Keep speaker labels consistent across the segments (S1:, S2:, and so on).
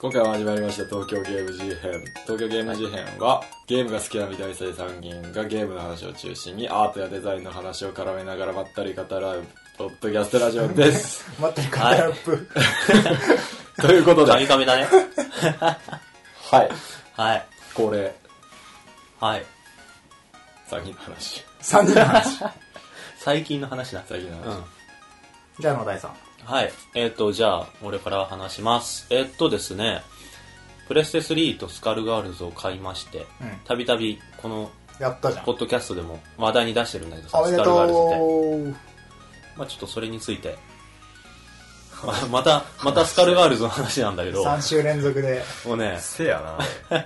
S1: 今回も始まりました東京ゲーム G 編東京ゲーム G 編は、ゲームが好きな美大生3人がゲームの話を中心にアートやデザインの話を絡めながらまったり語らうポッドキャストラジオです
S2: 待ってるからラップ。
S1: ということで
S3: カミカ ミだね。
S1: はい
S3: はい。
S1: 恒例
S3: はい。
S1: 3人の話
S2: 3人の話。
S3: 最近の話だ。
S1: 最近の話、
S2: じゃあ、野田井さん。
S3: はい。えっ、と、じゃあ、俺から話します。えっ、とですね、プレステ3とスカルガールズを買いまして
S2: うん、
S3: たびたび、この、
S2: やったじゃん
S3: ポ。ッドキャストでも話題に出してるんだけどさ、
S2: おめ
S3: ス
S2: で
S3: カルガールズっ
S2: とう。
S3: て。まあちょっとそれについて、 ままた、またスカルガールズの話なんだけど、
S2: 3週連続で。
S3: もうね、
S1: せやな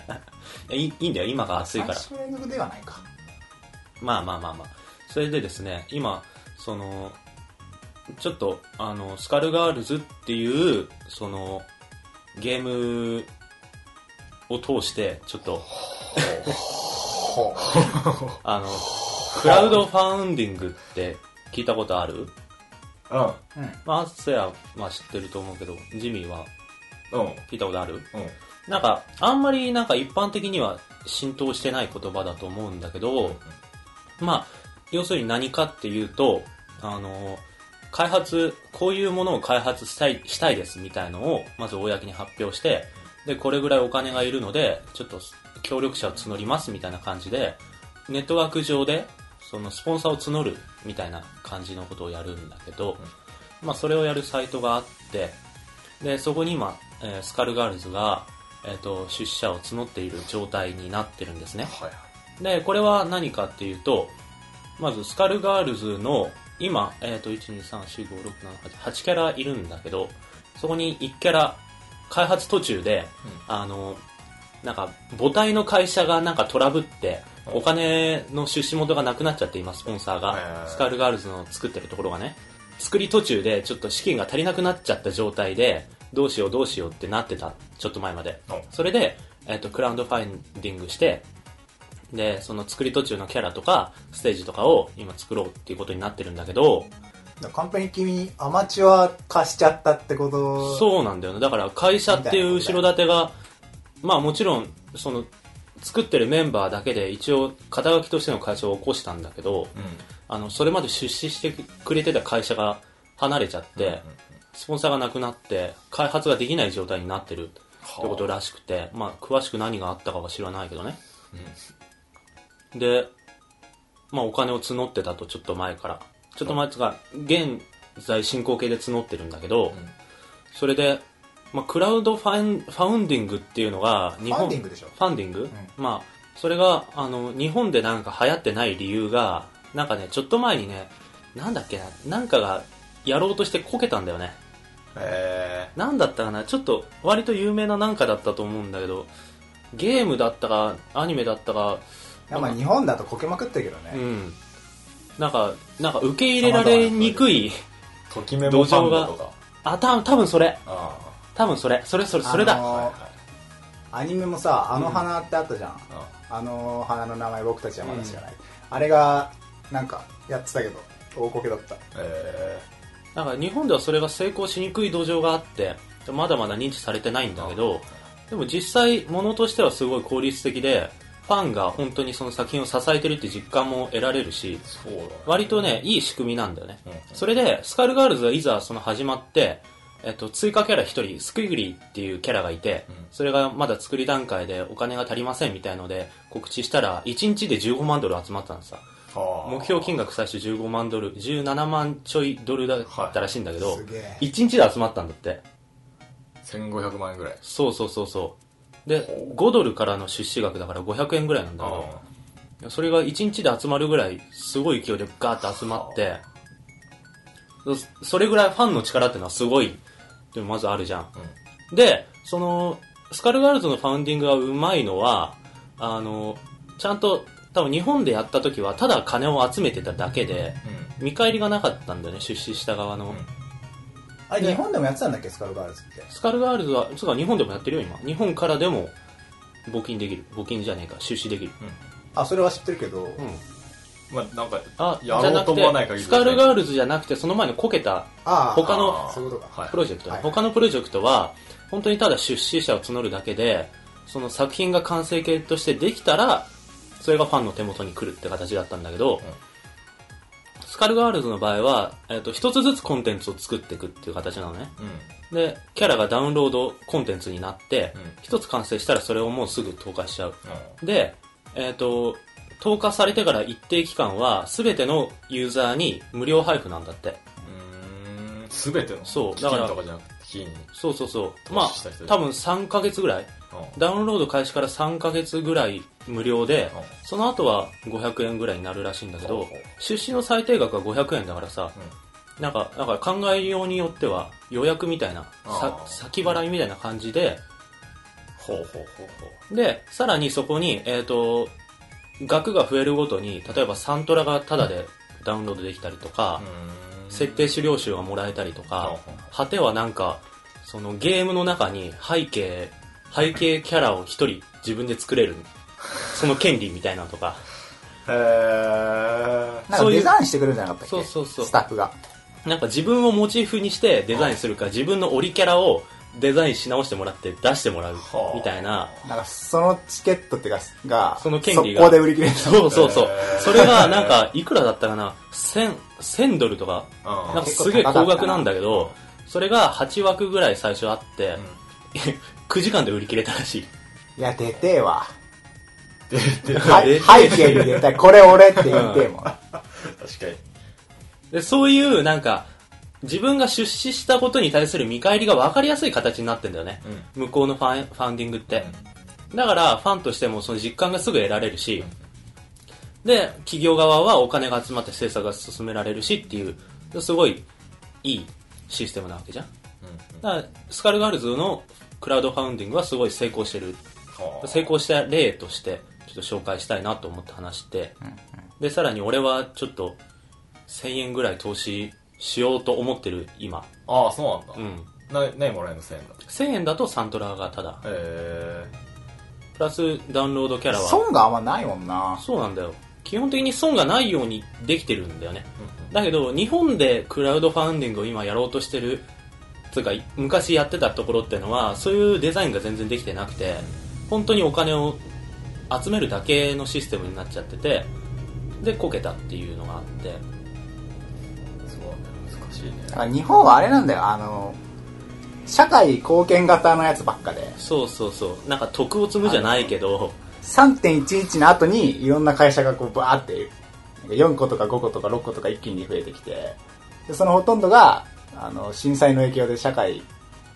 S1: い
S3: いいいんだよ、今が暑いから
S2: 3。週連続ではないか。
S3: まあまあまあまあ。それでですね、今、その、ちょっと、あの、スカルガールズっていう、その、ゲームを通して、ちょっと、
S2: ほ
S3: あの、クラウドファウンディングって聞いたことある
S1: う
S2: う。うん。
S3: まあ、アッセアは知ってると思うけど、ジミーは
S1: んうん
S3: 聞いたことある
S1: うん
S3: なんか、あんまりなんか一般的には浸透してない言葉だと思うんだけど、まあ、要するに何かっていうと、あの、開発、こういうものを開発したい、したいですみたいのを、まず公に発表して、で、これぐらいお金がいるので、ちょっと協力者を募りますみたいな感じで、ネットワーク上で、そのスポンサーを募るみたいな感じのことをやるんだけど、まあ、それをやるサイトがあって、で、そこに今、えースカルガールズが、えっ、と、出資者を募っている状態になってるんですね。
S1: はい
S3: で、これは何かっていうと、まずスカルガールズの、今、えっ、と、1、2、3、4、5、6、7、8、8キャラいるんだけど、そこに1キャラ、開発途中で、あの、なんか、母体の会社がなんかトラブって、
S1: はい
S3: お金の出資元がなくなっちゃって、今、スポンサー
S1: はいはいは
S3: が、
S1: い
S3: スカルガールズの作ってるところがね、作り途中でちょっと資金が足りなくなっちゃった状態で、どうしようどうしようってなってた、ちょっと前まで。
S1: はい
S3: それで、えっとクラウドファインディングしてでその作り途中のキャラとかステージとかを今作ろうっていうことになってるんだけど
S2: だから完璧に君にアマチュア化しちゃったってこと。
S3: そうなんだよねだから会社っていう後ろ盾がまあもちろんその作ってるメンバーだけで一応肩書きとしての会社を起こしたんだけど
S1: うん
S3: あのそれまで出資してくれてた会社が離れちゃって、
S1: うんうん
S3: スポンサーがなくなって開発ができない状態になってるってことらしくて、まあ詳しく何があったかは知らないけどねで、まあ、お金を募ってたとちょっと前からちょっと前っつうか現在進行形で募ってるんだけど、
S1: ん
S3: それで、まあ、クラウドファインファウンディングっていうのが日
S2: ファ
S3: 本
S2: ンディングでしょ
S3: ファンディング、まあそれがあの日本でなんか流行ってない理由がなんかねちょっと前にねなんだっけななんかがやろうとしてこけたんだよね
S1: え
S3: なんだったかなちょっと割と有名ななんかだったと思うんだけどゲームだったかアニメだったか
S2: いやまあ日本だとこけまくってるけどね。
S3: うん、なんか、なんか受け入れられにくい、
S1: ー、ときめもファンド
S3: 土
S1: と
S3: 壌
S1: か
S3: あ、た多分それ、
S1: あ
S3: 多分それ、それそれ、それ
S2: あ
S3: だ。
S1: あはい
S2: の
S1: はい
S2: アニメもさ、あの花ってあったじゃん。
S1: あ
S2: あの花の名前僕たちはまだ知らない。あれが、なんか、やってたけど、大こけだった。
S1: え
S3: なんか日本ではそれが成功しにくい土壌があって、まだまだ認知されてないんだけど、でも実際、ものとしてはすごい効率的で、ファンが本当にその作品を支えてるって実感も得られるし
S1: ー、、そうだね
S3: 割とね、いい仕組みなんだよね。
S1: うん
S3: それで、スカルガールズはいざその始まって、えっと、追加キャラ一人、スクイグリーっていうキャラがいて、
S1: うん
S3: それがまだ作り段階でお金が足りませんみたいので告知したら、1日で15万ドル集まったのさ。
S1: はあ
S3: 目標金額最初15万ドル、17万ちょいドルだったらしいんだけど、
S2: すげえ。
S3: 1日で集まったんだって。
S1: 1500万円ぐらい
S3: そうそうそうそう。で、5ドルからの出資額だから500円ぐらいなんだけど、
S1: あ
S3: それが1日で集まるぐらいすごい勢いでガーッと集まってそそれぐらいファンの力っていうのはすごいでもまずあるじゃん
S1: ーうん
S3: でそのスカルガールズのファウンディングがうまいのはあのちゃんと多分日本でやった時はただ金を集めてただけで
S1: うん
S3: 見返りがなかったんだよね出資した側の、
S1: うん
S2: あれ、日本でもやってたんだっけ、スカルガールズって。
S3: スカルガールズはつうか日本でもやってるよ今日本からでも募金できる募金じゃねえか出資できる
S2: あ、それは知ってるけど、
S3: うん
S1: まあなんか
S3: あ
S1: やろうと思わない限り
S3: じゃなくてスカルガールズじゃなくてその前のこけた
S2: ああ、
S3: 他の
S2: そういうことか
S1: はい
S3: プロジェクトね、
S2: はい
S3: 他のプロジェクトは本当にただ出資者を募るだけでその作品が完成形としてできたらそれがファンの手元に来るって形だったんだけど、スカルガールズの場合は、えっと一つずつコンテンツを作っていくっていう形なのねでキャラがダウンロードコンテンツになって
S1: うん
S3: 一、つ完成したらそれをもうすぐ投下しちゃうで、えっと投下されてから一定期間は全てのユーザーに無料配布なんだって
S1: うんうん全ての
S3: そう
S1: だか
S3: だからら
S1: とかじゃなくて金に
S3: そうそうそうまあ
S1: 投資した人で
S3: 多分3ヶ月ぐらいダウンロード開始から3ヶ月ぐらい無料で
S1: うん
S3: その後は500円ぐらいになるらしいんだけ
S1: ほう
S3: ど
S1: ほう
S3: 出資の最低額は500円だからさなんかなんか考えようによっては予約みたいなさ
S1: あー
S3: 先払いみたいな感じで
S1: ほうほうほうほう
S3: でさらにそこにえっ、と額が増えるごとに例えばサントラがタダでダウンロードできたりとか、
S1: うん
S3: 設定資料集がもらえたりとか、果てはなんかそのゲームの中に背景背景キャラを一人自分で作れるその権利みたいなのとか
S1: へえ
S2: なんか
S3: そういう
S2: デザインしてくれるんじゃなかったっけ
S3: そうそうそう
S2: スタッフが
S3: なんか自分をモチーフにしてデザインするか自分のオリキャラをデザインし直してもらって出してもらう
S1: はあ
S3: みたいな
S2: なんかそのチケットっていうかが
S3: その権利が
S2: 速攻で売り切れる
S3: そうそうそう
S1: へー
S3: それがなんかいくらだったかな1000 1000ドルとか
S1: うん
S3: なんかすげえ高額なんだけどそれが8枠ぐらい最初あって、9時間で売り切れたらしい
S2: いや出てえわ
S1: でで
S2: は
S3: 出
S2: 背
S3: て
S2: 景に出たいこれ俺って言ってえもん
S1: 確かに
S3: で、そういう、なんか、自分が出資したことに対する見返りが分かりやすい形になってんだよね。向こうのファンファンディングって。だから、ファンとしてもその実感がすぐ得られるし、で、企業側はお金が集まって制作が進められるしっていう、すごいいいシステムなわけじゃん。だから、スカルガールズのクラウドファウンディングはすごい成功してる成功した例としてちょっと紹介したいなと思って話して、でさらに俺はちょっと1000円ぐらい投資しようと思ってる今、
S1: ああそう
S3: う
S1: なん
S3: ん、
S1: だな何もらえるの1000円だ
S3: 1000円だとサントラがただ
S1: へ
S3: プラスダウンロードキャラは
S2: 損があんまないもんな
S3: そうなんだよ基本的に損がないようにできてるんだよね
S1: え
S3: だけど日本でクラウドファウンディングを今やろうとしてるつうか昔やってたところってのはそういうデザインが全然できてなくて本当にお金を集めるだけのシステムになっちゃっててでこけたっていうのがあって
S1: そうね難しいね
S2: だから日本はあれなんだよあの社会貢献型のやつばっかで
S3: そうそうそうなんか徳を積むじゃないけど
S2: 3.11の後にいろんな会社がこうバーって4個とか5個とか6個とか一気に増えてきてでそのほとんどがあの震災の影響で社会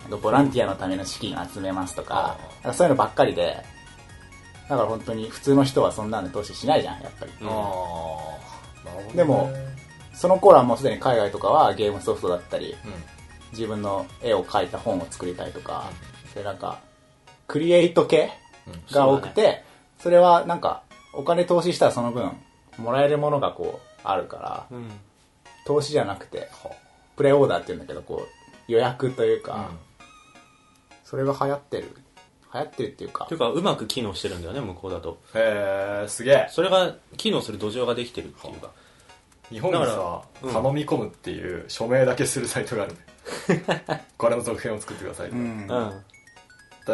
S2: なんかボランティアのための資金を集めますとか,、
S1: うん
S2: そういうのばっかりでだから本当に普通の人はそんなの投資しないじゃんやっぱり、
S3: うん
S1: ああなるほどね
S2: でもその頃はもうすでに海外とかはゲームソフトだったり
S1: うん
S2: 自分の絵を描いた本を作りたいとか、でなんかクリエイト系
S3: うん
S2: が多くて、それはなんかお金投資したらその分もらえるものがこうあるから、
S3: うん
S2: 投資じゃなくてプレオーダーって言うんだけどこう予約というか、それが流行ってる流行ってるっていうか
S3: ていうかうまく機能してるんだよね向こうだと
S1: へえすげえ
S3: それが機能する土壌ができてるっていうか
S1: 日本に
S3: だ
S1: さ
S3: からうん
S1: 頼み込むっていう署名だけするサイトがあるねこれの続編を作ってくださいと
S2: う
S1: か
S2: ん、
S3: うん
S1: だか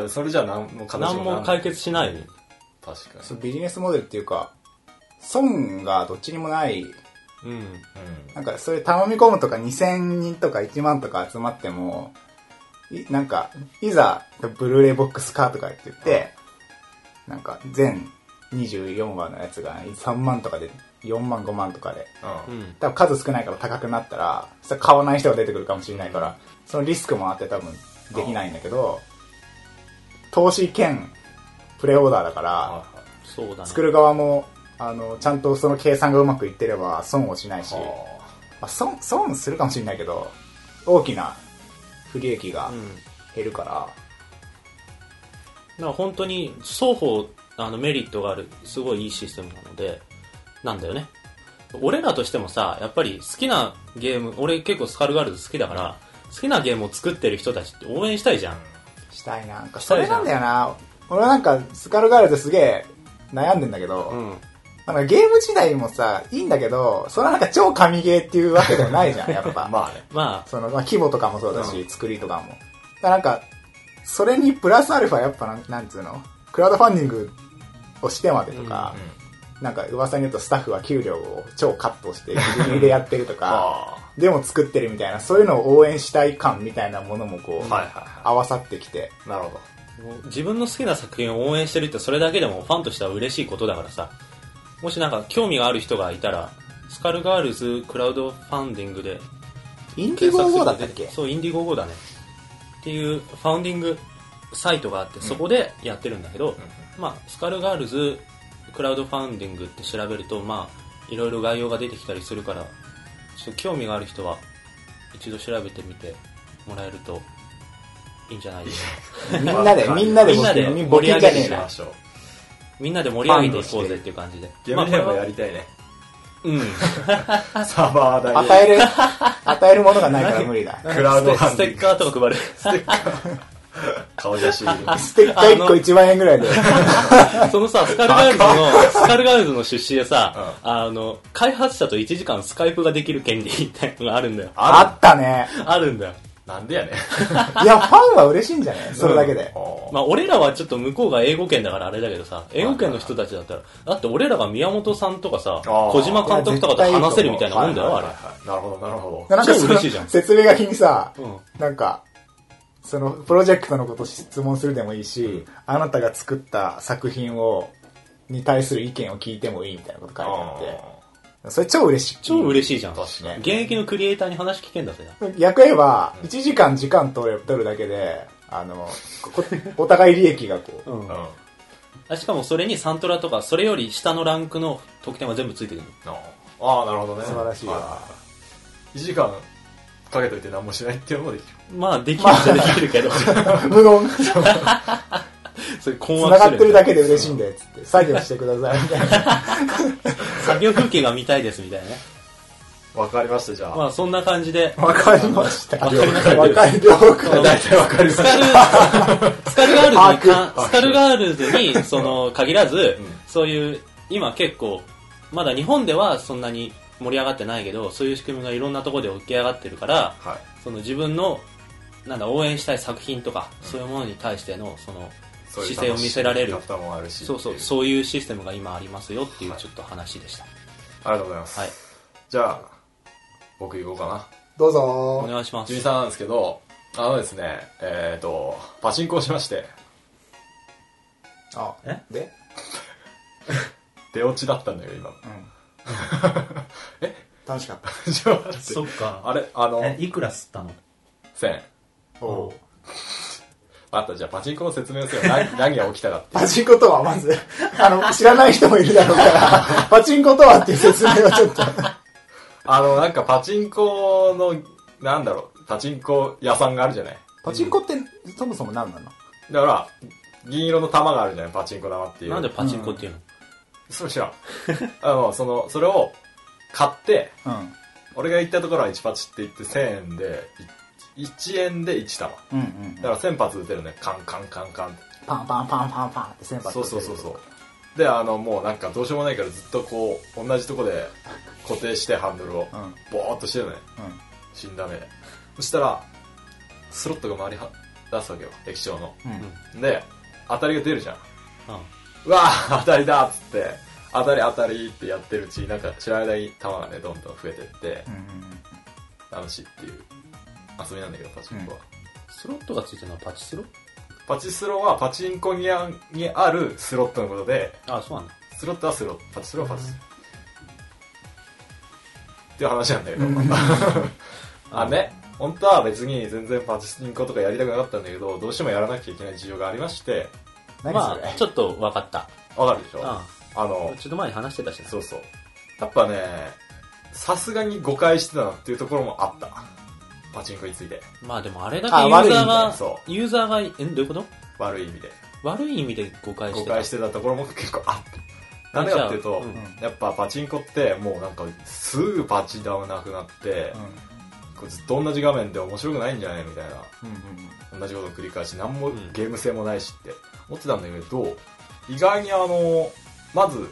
S1: らそれじゃ何も形
S3: 何
S1: もな
S3: も
S1: んない
S3: 解決しない
S1: 確か
S2: そうビジネスモデルっていうか損がどっちにもない
S3: う
S1: に
S3: ん
S2: なんかそういう頼み込むとか2000人とか1万とか集まっても、いなんか、いざ、ブルーレイボックスかとかって言って、なんか全24話のやつが3万とかで、4万5万とかで、
S1: う
S3: うん
S1: うん
S3: ん
S2: 多分数少ないから高くなったら、それ買わない人が出てくるかもしれないから、そのリスクもあって多分できないんだけど、投資兼プレオーダーだから、
S1: は
S3: そうだね
S2: 作る側も、あの、ちゃんとその計算がうまくいってれば損をしない
S1: い
S2: し、
S1: は
S2: まあ、損損するかもしれないけど大きな不利益が
S3: うん
S2: 減るから、
S3: だから本当に双方あのメリットがあるすごいいいシステムなのでなんだよね俺らとしてもさやっぱり好きなゲーム俺結構スカルガールズ好きだから好きなゲームを作ってる人たちって応援したいじゃん
S2: したいななんか
S3: した
S2: そ
S3: い
S2: れ
S3: じゃ
S2: なんんだよな俺はなんかスカルガールズすげえ悩んでんだけど、
S3: うん
S2: なんかゲーム自体もさいいんだけどそれはなんか超神ゲーっていうわけでもないじゃんやっぱ
S1: まあね
S3: まあ
S2: その、まあ、規模とかもそうだし、
S1: う
S2: 作りとかもだからなんかそれにプラスアルファやっぱなんなんつうのクラウドファンディングをしてまでとか、なんか噂に言うとスタッフは給料を超カットしてギリギリでやってると か
S1: あ
S2: でも作ってるみたいなそういうのを応援したい感みたいなものもこ
S1: あ
S2: う、
S1: はいは
S2: 合わさってきて
S1: いなるほど
S3: 自分の好きな作品を応援してるってそれだけでもファンとしては嬉しいことだからさもしなんか興味がある人がいたらスカルガールズクラウドファンディングで
S2: インディゴーゴーだったっけ
S3: そうインディゴーゴーだねっていうファンディングサイトがあってそこでやってるんだけど、まあ、スカルガールズクラウドファンディングって調べるとまあいろいろ概要が出てきたりするからちょっと興味がある人は一度調べてみてもらえるといいんじゃないでしょうか
S2: みんなで、みんなで
S3: み
S2: 募
S3: んなで
S2: 金、募金じゃねえ
S1: 行き
S2: な
S1: ま。しょう
S3: みんなで盛り上げていこうぜっていう感じで。
S1: ゲーム編
S3: ま
S1: も
S3: あ
S1: やりたいね
S3: これは
S1: サーバー
S2: 与
S1: 代
S2: え る、与えるものがないから無理だ。
S1: でクラウ
S3: う
S1: ド
S3: ん。
S1: ファ
S3: ス
S1: ンディ
S3: テ
S1: ン
S3: ッ
S1: グ
S3: カーとか配る。
S1: 顔写真
S2: ステッカー1個1万円ぐらいで。
S3: そのさ、スカルガールズの、スカルガールズの出資でさ、あの、開発者と1時間スカイプができる権利みたいなのがあるんだよ。
S2: あったね。
S3: あるんだよ。
S1: なんでやねん
S2: いや、ファンは嬉しいんじゃないそれだ けで。
S3: まあ、俺らはちょっと向こうが英語圏だからあれだけどさ、英語圏の人たちだったら、だって俺らが宮本さんとかさ、
S1: ー
S3: 小島監督とかと話せるみたいなもんだよ、あれ。
S1: れなるほどなるほど
S2: なんか
S3: 超
S2: そ
S3: 嬉
S2: の
S3: しいじゃん
S2: 説明書きにさ
S3: うん、
S2: なんか、そのプロジェクトのこと質問するでもいいし、あなたが作った作品を、に対する意見を聞いてもいいみたいなこと書いてあって、それ超嬉しい。
S3: 超嬉しいじゃん。
S1: 確かに
S3: 現役のクリエイターに話聞けんだぜな。
S2: 逆言えば、1時間時間取る取るだけで、あの、こお互い利益がこう、
S3: うん
S1: うんうん
S3: あしかもそれにサントラとかそれより下のランクの得点は全部ついてくる
S1: ああなるほどね
S2: 素晴らしいわ
S1: 1時間かけといて何もしないっていうのもできる
S3: まあできるっちゃできるけど
S2: 無言、
S3: それ困
S2: 繋がってるだけで嬉しいんだよ、つって。作業してください、みたいな。
S3: 作業風景が見たいですみたいなね
S1: わかりましたじゃ
S3: ま
S1: あ
S3: あそんな感 じで
S2: わかりました。
S3: わかりました
S2: わかり了解
S1: 大体わかりまし
S3: スカルスカルガールズに
S1: 把
S3: 関
S1: 握
S3: スカルガールズにその限らず、
S1: ん
S3: そういう今結構まだ日本ではそんなに盛り上がってないけどそういう仕組みがいろんなところで起き上がってるから
S1: たはい
S3: その自分のなんだ応援したい作品とか、そういうものに対してのその
S1: そういう
S3: 姿勢を見せられる
S1: 楽しみ方もあるし
S3: そうそう、
S1: う
S3: そういうシステムが今ありますよっていうちょっと話でした。
S1: ありがとうございます
S3: はい。
S1: じゃあ僕行こうかな
S2: どう
S3: お
S2: ぞ。
S3: 願いしま
S1: ジュ
S3: す
S1: ニ。さんなんですけどあのですねえっとパチンコをしまして
S2: あ
S3: え
S2: で
S1: 出落ちだったんだよ 今の
S2: うん。楽しかった。
S1: ちょっと待って
S3: っか。
S1: あれあの
S3: いくら吸ったの
S1: 1000
S2: お
S1: あったじゃあパチンコの説明をするよ 何何が起きたかって
S2: パチンコとはまず、あの、知らない人もいるだろうから、パチンコとはっていう説明はちょっと。
S1: あのなんかパチンコのなんだろうパチンコ屋さんがあるじゃない
S2: パチンコってそもそも何なの
S1: だから銀色の玉があるじゃないパチンコ玉っていう
S3: なんでパチンコっていうの、
S1: それ知らん あのそのそれを買って
S2: うん。
S1: 俺が行ったところは1パチって言って1000円でい1円で1玉
S2: うんうん
S1: だから1000発打てるねカンカンカンカンって
S2: パンパンパンパンパンって先発
S1: そうそうそうそうであのもうなんかどうしようもないからずっとこう同じとこで固定してハンドルを
S2: うん。うん。
S1: ボーっとしてるのね死んだ目でそしたらスロットが回りは出すわけよ液晶の
S2: うん。
S1: で当たりが出るじゃん
S3: うん
S1: うわあ当たりだっつって当たり当たりってやってるうちになんか知らない球がねどんどん増えてって
S2: うんうん。
S1: 楽しいっていう遊びなんだけどパチンコは、
S3: スロットがついてるのはパチスロ
S1: パチスロはパチンコにあにあるスロットのことで
S3: あそうなんだ。
S1: スロットはスロットパチスロはパチスロ、っていう話なんだけど、 あね、本当は別に全然パチンコとかやりたくなかったんだけど、どうしてもやらなきゃいけない事情がありまして、
S2: 何そ
S3: ま
S2: れ
S3: あ、ちょっと分かった。
S1: わかるでしょ、
S3: う
S1: あ
S3: ん。
S1: の、
S3: ちょっと前に話してたしな。
S1: そうそう。やっぱね、さすがに誤解してたなっていうところもあった。パチンコについて。
S3: まあでもあれだけユ
S2: あ
S3: ーザー
S1: 悪い意味で
S3: が、
S1: そ
S3: ユーザーが、え、どういうこと
S1: 悪い意味で。
S3: 悪い意味で誤解し
S1: 誤
S3: てた。
S1: 解してたところも結構あった。なんでかっていうと、
S3: じゃ
S2: あうん
S1: やっぱパチンコってもうなんかすぐパチダウなくなって、こうずっと同じ画面で面白くないんじゃないみたいな。
S2: うん。うんうん。
S1: 同じことを繰り返し何も
S3: ん
S1: ゲーム性もないしって思ってたんだけど意外にあのまず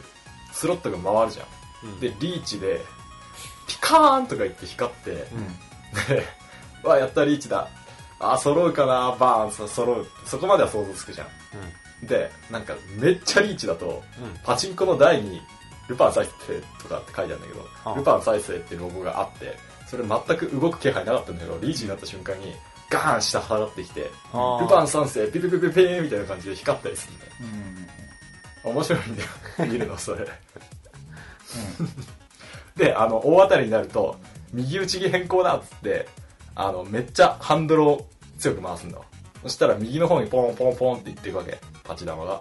S1: スロットが回るじゃん
S3: うん
S1: でリーチでピカーンとか言って光って、
S3: うん
S1: で「わやったリーチだあ揃うかなバーンそ揃うそこまでは想像つくじゃんでなんかめっちゃリーチだと
S3: うん。うん。
S1: パチンコの台に「ルパン再生」とかって書いてあるんだけど「
S3: ああ
S1: ルパン再生」ってロゴがあってそれ全く動く気配なかったんだけどリーチになった瞬間にガーン下払ってきて「
S3: ああ
S1: ルパン三世ピピピピピー」みたいな感じで光ったりするんだよ
S2: うん。
S1: 面白いんだよ見るのそれであの大当たりになると右打ちに変更だっつってあのめっちゃハンドルを強く回すんだわそしたら右の方にポンポンポンっていっていくわけパチ玉が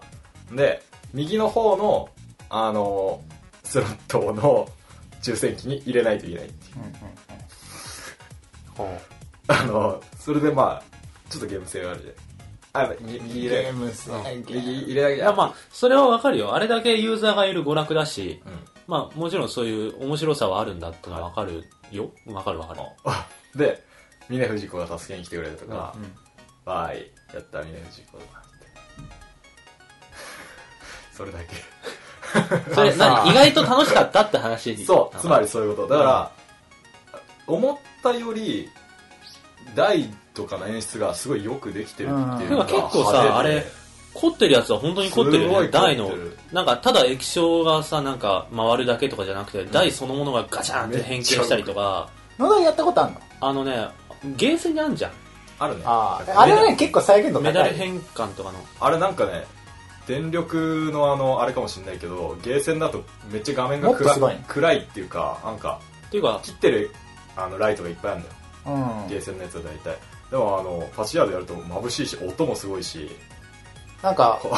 S1: で右の方のあのスロットの抽選機に入れないといけない
S2: うんうん
S3: ほ
S1: あのそれでまあちょっとゲーム性があるじゃんあやっぱ右右入
S2: ゲ
S1: れ
S2: ーム性
S1: 右入れな
S3: うい
S1: きゃ
S3: や、まあ、それはわかるよ。あれだけユーザーがいる娯楽だし、
S1: うん
S3: まあ、もちろんそういう面白さはあるんだってのはわかるよ。わかるわかる。
S1: で峰不二子が助けに来てくれるとか
S2: うん
S1: 「わーいやった峰不二子だ」って それだけ
S3: それ、何意外と楽しかったって話
S1: そうつま
S3: り。
S1: りそういうことだから思ったより台とかの演出がすごいよくできてるっていうのが
S3: うんなんか結構さ
S1: 派手で
S3: あれ凝ってるやつは本当に凝ってるよね。
S1: すごい
S3: 台
S1: 凝っ
S3: の
S1: てる。
S3: なんか、ただ液晶がさ、なんか、回るだけとかじゃなくて、台そのものがガチャンって変形したりとか、
S2: 野田やったことあるの
S3: あのね、ゲーセンにあんじゃん。
S1: あるね
S2: ああ。あれはね、結構再現度
S3: メダ
S2: 高
S3: ル
S2: い。
S3: 変換とかの。
S1: あれなんかね電力のあのあれかもしれないけどゲーセンだとめっちゃ画面が
S2: もっとすご
S1: 暗
S2: い
S1: い暗いっていうかなんか
S3: っていうか、
S1: 切ってるあのライトがいっぱいあるんだよ
S2: うん
S1: ゲーセンのやつは大体でもあのパチ屋でやると眩しいし音もすごいし
S2: なんか、
S1: こう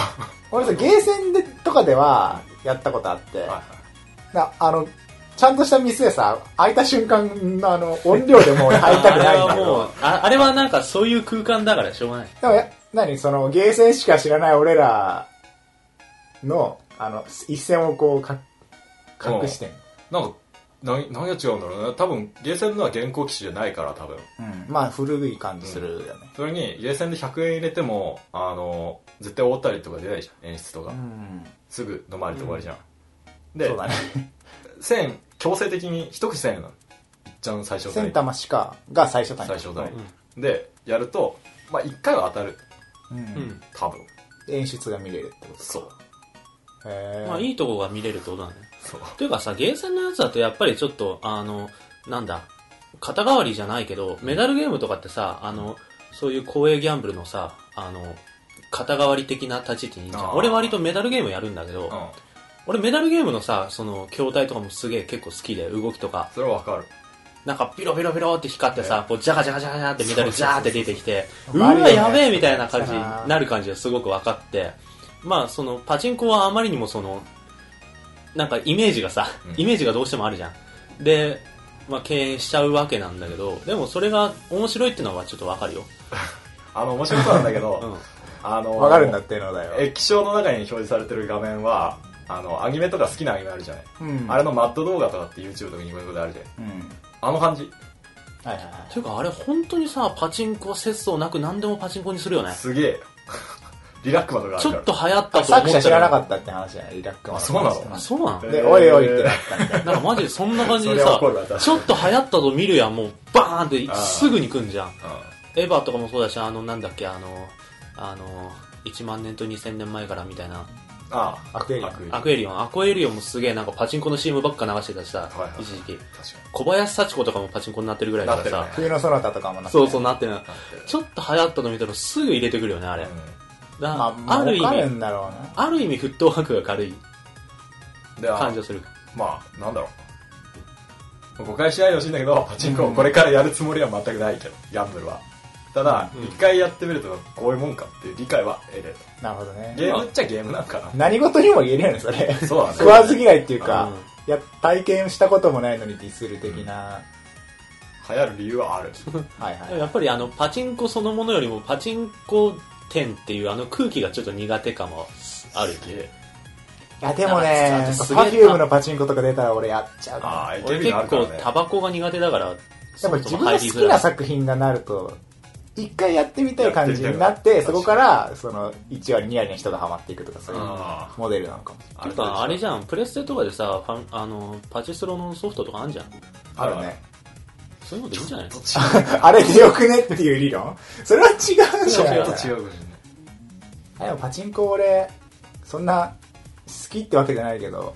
S2: 俺さ、ゲーセンでとかではやったことあって、
S1: は
S2: なあの、ちゃんとした店でさ、開いた瞬間のあの、音量でもう俺入りたくないんだ
S3: あ
S2: け
S3: れはも
S2: ど
S3: う、ああれはなんかそういう空間だからしょうがない。
S2: でもや、何その、ゲーセンしか知らない俺らの、あの、一線をこうか、隠してんの
S1: いはいなんか何何が違うんだろうな多分ゲーセンのは現行機種じゃないから多分
S2: うん。まあ、古い感じするよね。
S1: それにゲーセンで100円入れてもあの絶対大当たりとか出ないじゃん演出とか、
S2: ん。
S1: すぐ飲まれて終わりじゃん、
S2: そ
S1: で
S2: うだね。
S1: 1000円強制的に一口1000円なのいっちゃん最初
S2: セン
S1: 代
S2: タマシカが最初単位。
S1: 最初代
S2: う、
S1: でやるとまあ1回は当たる
S2: ん。
S3: うん。
S1: 多分
S2: 演出が見れるってこと
S1: そう
S2: か。へ
S3: まあい
S2: い。
S3: いとこが見れるってことなんだね。
S1: そう
S3: というかさ、ゲーセンのやつだとやっぱりちょっと、あの、なんだ、肩代わりじゃないけど、メダルゲームとかってさ、あの、そういう公営ギャンブルのさ、あの、肩代わり的な立ち位置にいるじ
S1: あ
S3: ゃん。
S1: ー
S3: 俺割とメダルゲームやるんだけ
S1: う
S3: ど、
S1: ん
S3: 俺メダルゲームのさ、その、筐体とかもすげえ結構好きで、動きとか、
S1: それはわかる
S3: なんかピロピロピロって光ってさ、こう、ジャカジャカジャカジャカってメダルジャーって出てきて、
S2: そうそうそ
S3: う
S2: う
S3: わ、
S2: マリオのやつ
S3: やべえみたいな感じに
S2: やってたな
S3: なる感じがすごく分かって、まあ、その、パチンコはあまりにもその、なんかイメージがさ
S1: うん、
S3: イメージがどうしてもあるじゃん。で、まあ、敬遠しちゃうわけなんだけど、でもそれが面白いってのはちょっと分かるよ。
S1: あの面白そうなんだけど、
S3: うん。
S1: あの
S2: わかるんだっていうのだよ。
S1: 液晶の中に表示されてる画面はあのアニメとか好きなアニメあるじゃない、
S2: うん
S1: あれのマッド動画とかって YouTube とかにこういうことあるじゃん
S2: うん。
S1: あの感じ
S2: はいはいはい。
S3: ていうか、あれ本当にさ、パチンコ節操なく何でもパチンコにするよね。
S1: すげえ リラックマとかあ
S3: ち
S1: る
S3: ょ
S1: から
S3: っと流行ったと
S2: 作
S3: 思った
S2: 者知らなか
S3: っ
S2: ったって話じゃないリラックマ
S1: あそうなの
S3: たあ、そうなの
S2: で、
S1: えー
S2: おいおいってなった みたいな。
S3: なんかマジでそんな感じで
S1: それ
S3: さ
S1: は怒るわ確か、に
S3: ちょっと流行ったと見るやん、もうバーン
S1: あ
S3: っ
S1: ー
S3: てすぐに来んじゃん。
S1: う
S3: エヴァとかもそうだし、あの、なんだっけ、あの、あの、1万年と2000年前からみたい
S1: ん
S3: な、
S1: ああ
S2: アクエリ
S1: アクエリ
S3: アクエリオン、アクエリオンもすげえなんかパチンコの CM ばっか流してたしさ
S1: いは、い
S3: 一時期。
S1: 確か
S3: 小林幸子とかもパチンコになってるぐらいだから
S1: なっ
S3: さ
S1: て、
S2: 冬のそなたとかもな
S3: そうそう
S2: う。
S3: なってる。
S1: に
S3: ちょっと流行ったの見たらすぐ入れてくるよね、あれ。だ
S2: まあ、
S3: ある意
S2: わかる
S3: 味、
S2: んだろうな。
S3: ある意味沸騰白が軽い
S1: うんであ
S3: 感じがする。
S1: まあなんだろう誤解しないでほしいんだけどパチンコをこれからやるつもりは全くないけどギャンブルはただ
S3: うん
S1: 一回やってみるとこういうもんかっていう理解は得れる
S2: なるほどね。
S1: ゲームっちゃゲームなんか
S2: 何事にも言えるよね、それ。
S1: なそうだね
S2: 食わず嫌いっていうか
S3: うん、
S2: いや、体験したこともないのにディスる的な。
S1: 流行る理由はある
S2: はい
S3: でも
S2: は
S3: やっぱりあのパチンコそのものよりもパチンコ店っていうあの空気がちょっと苦手感はあるよね
S2: い。いや、でも
S3: なん
S2: ね
S3: か、すげえ
S2: パフュームのパチンコとか出たら俺やっちゃう
S1: あ
S2: な。
S1: あ AKB
S3: 俺
S1: のあ
S3: 結
S1: るから
S3: 構
S1: ね
S3: タバコが苦手だから
S2: やっぱ自分が好きな作品がなると、一回やってみたい感じにな
S1: や
S2: っ
S1: って
S2: て、
S1: みた
S2: そ
S1: い
S2: こから、その、1割2割の人がハマっていくとか、そういう
S1: あ
S2: モデルなのかもし
S1: あ
S3: てかあれじゃんプレステとかでさファンあのパチスロのソフトとかあんじゃん
S2: れない。あるね。
S3: そういうのでいいんじゃない
S1: ちょ
S3: の
S1: っと違う。
S2: あれでよくねっていう理論 それは違うん
S1: ち
S2: じ
S1: ょ
S2: ゃ
S1: っ
S2: ない
S1: と違うかもしれない。
S2: あでもパチンコ俺、そんな好きってわけじゃないけど、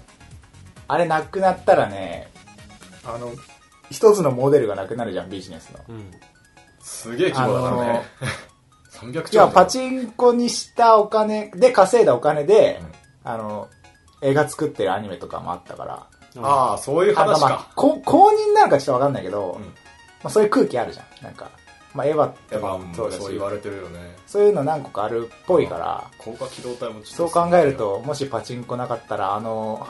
S2: あれなくなったらね、あの、一つのモデルがなくなるじゃん、ビジネスの。
S3: うん。
S1: すげえ規模だからね。300
S2: じゃ
S1: 兆
S2: あパチンコにしたお金で稼いだお金で、
S1: うん
S2: あの、映画作ってるアニメとかもあったから。
S1: ああ、そういう話
S2: ま
S1: か。
S2: あ、こ公認なのかちょっとわかんないけど、
S1: うん
S2: まあそういう空気あるじゃん。なんか、まあエヴァ
S1: や
S2: と
S1: っぱ
S2: か
S1: うん
S2: も
S1: そ
S2: そう
S1: う
S2: だし、
S1: 言われてるよね。
S2: そういうの何個かあるっぽいから、
S1: 高架機動隊もち
S2: そう考える。と、もしパチンコなかったら、あの、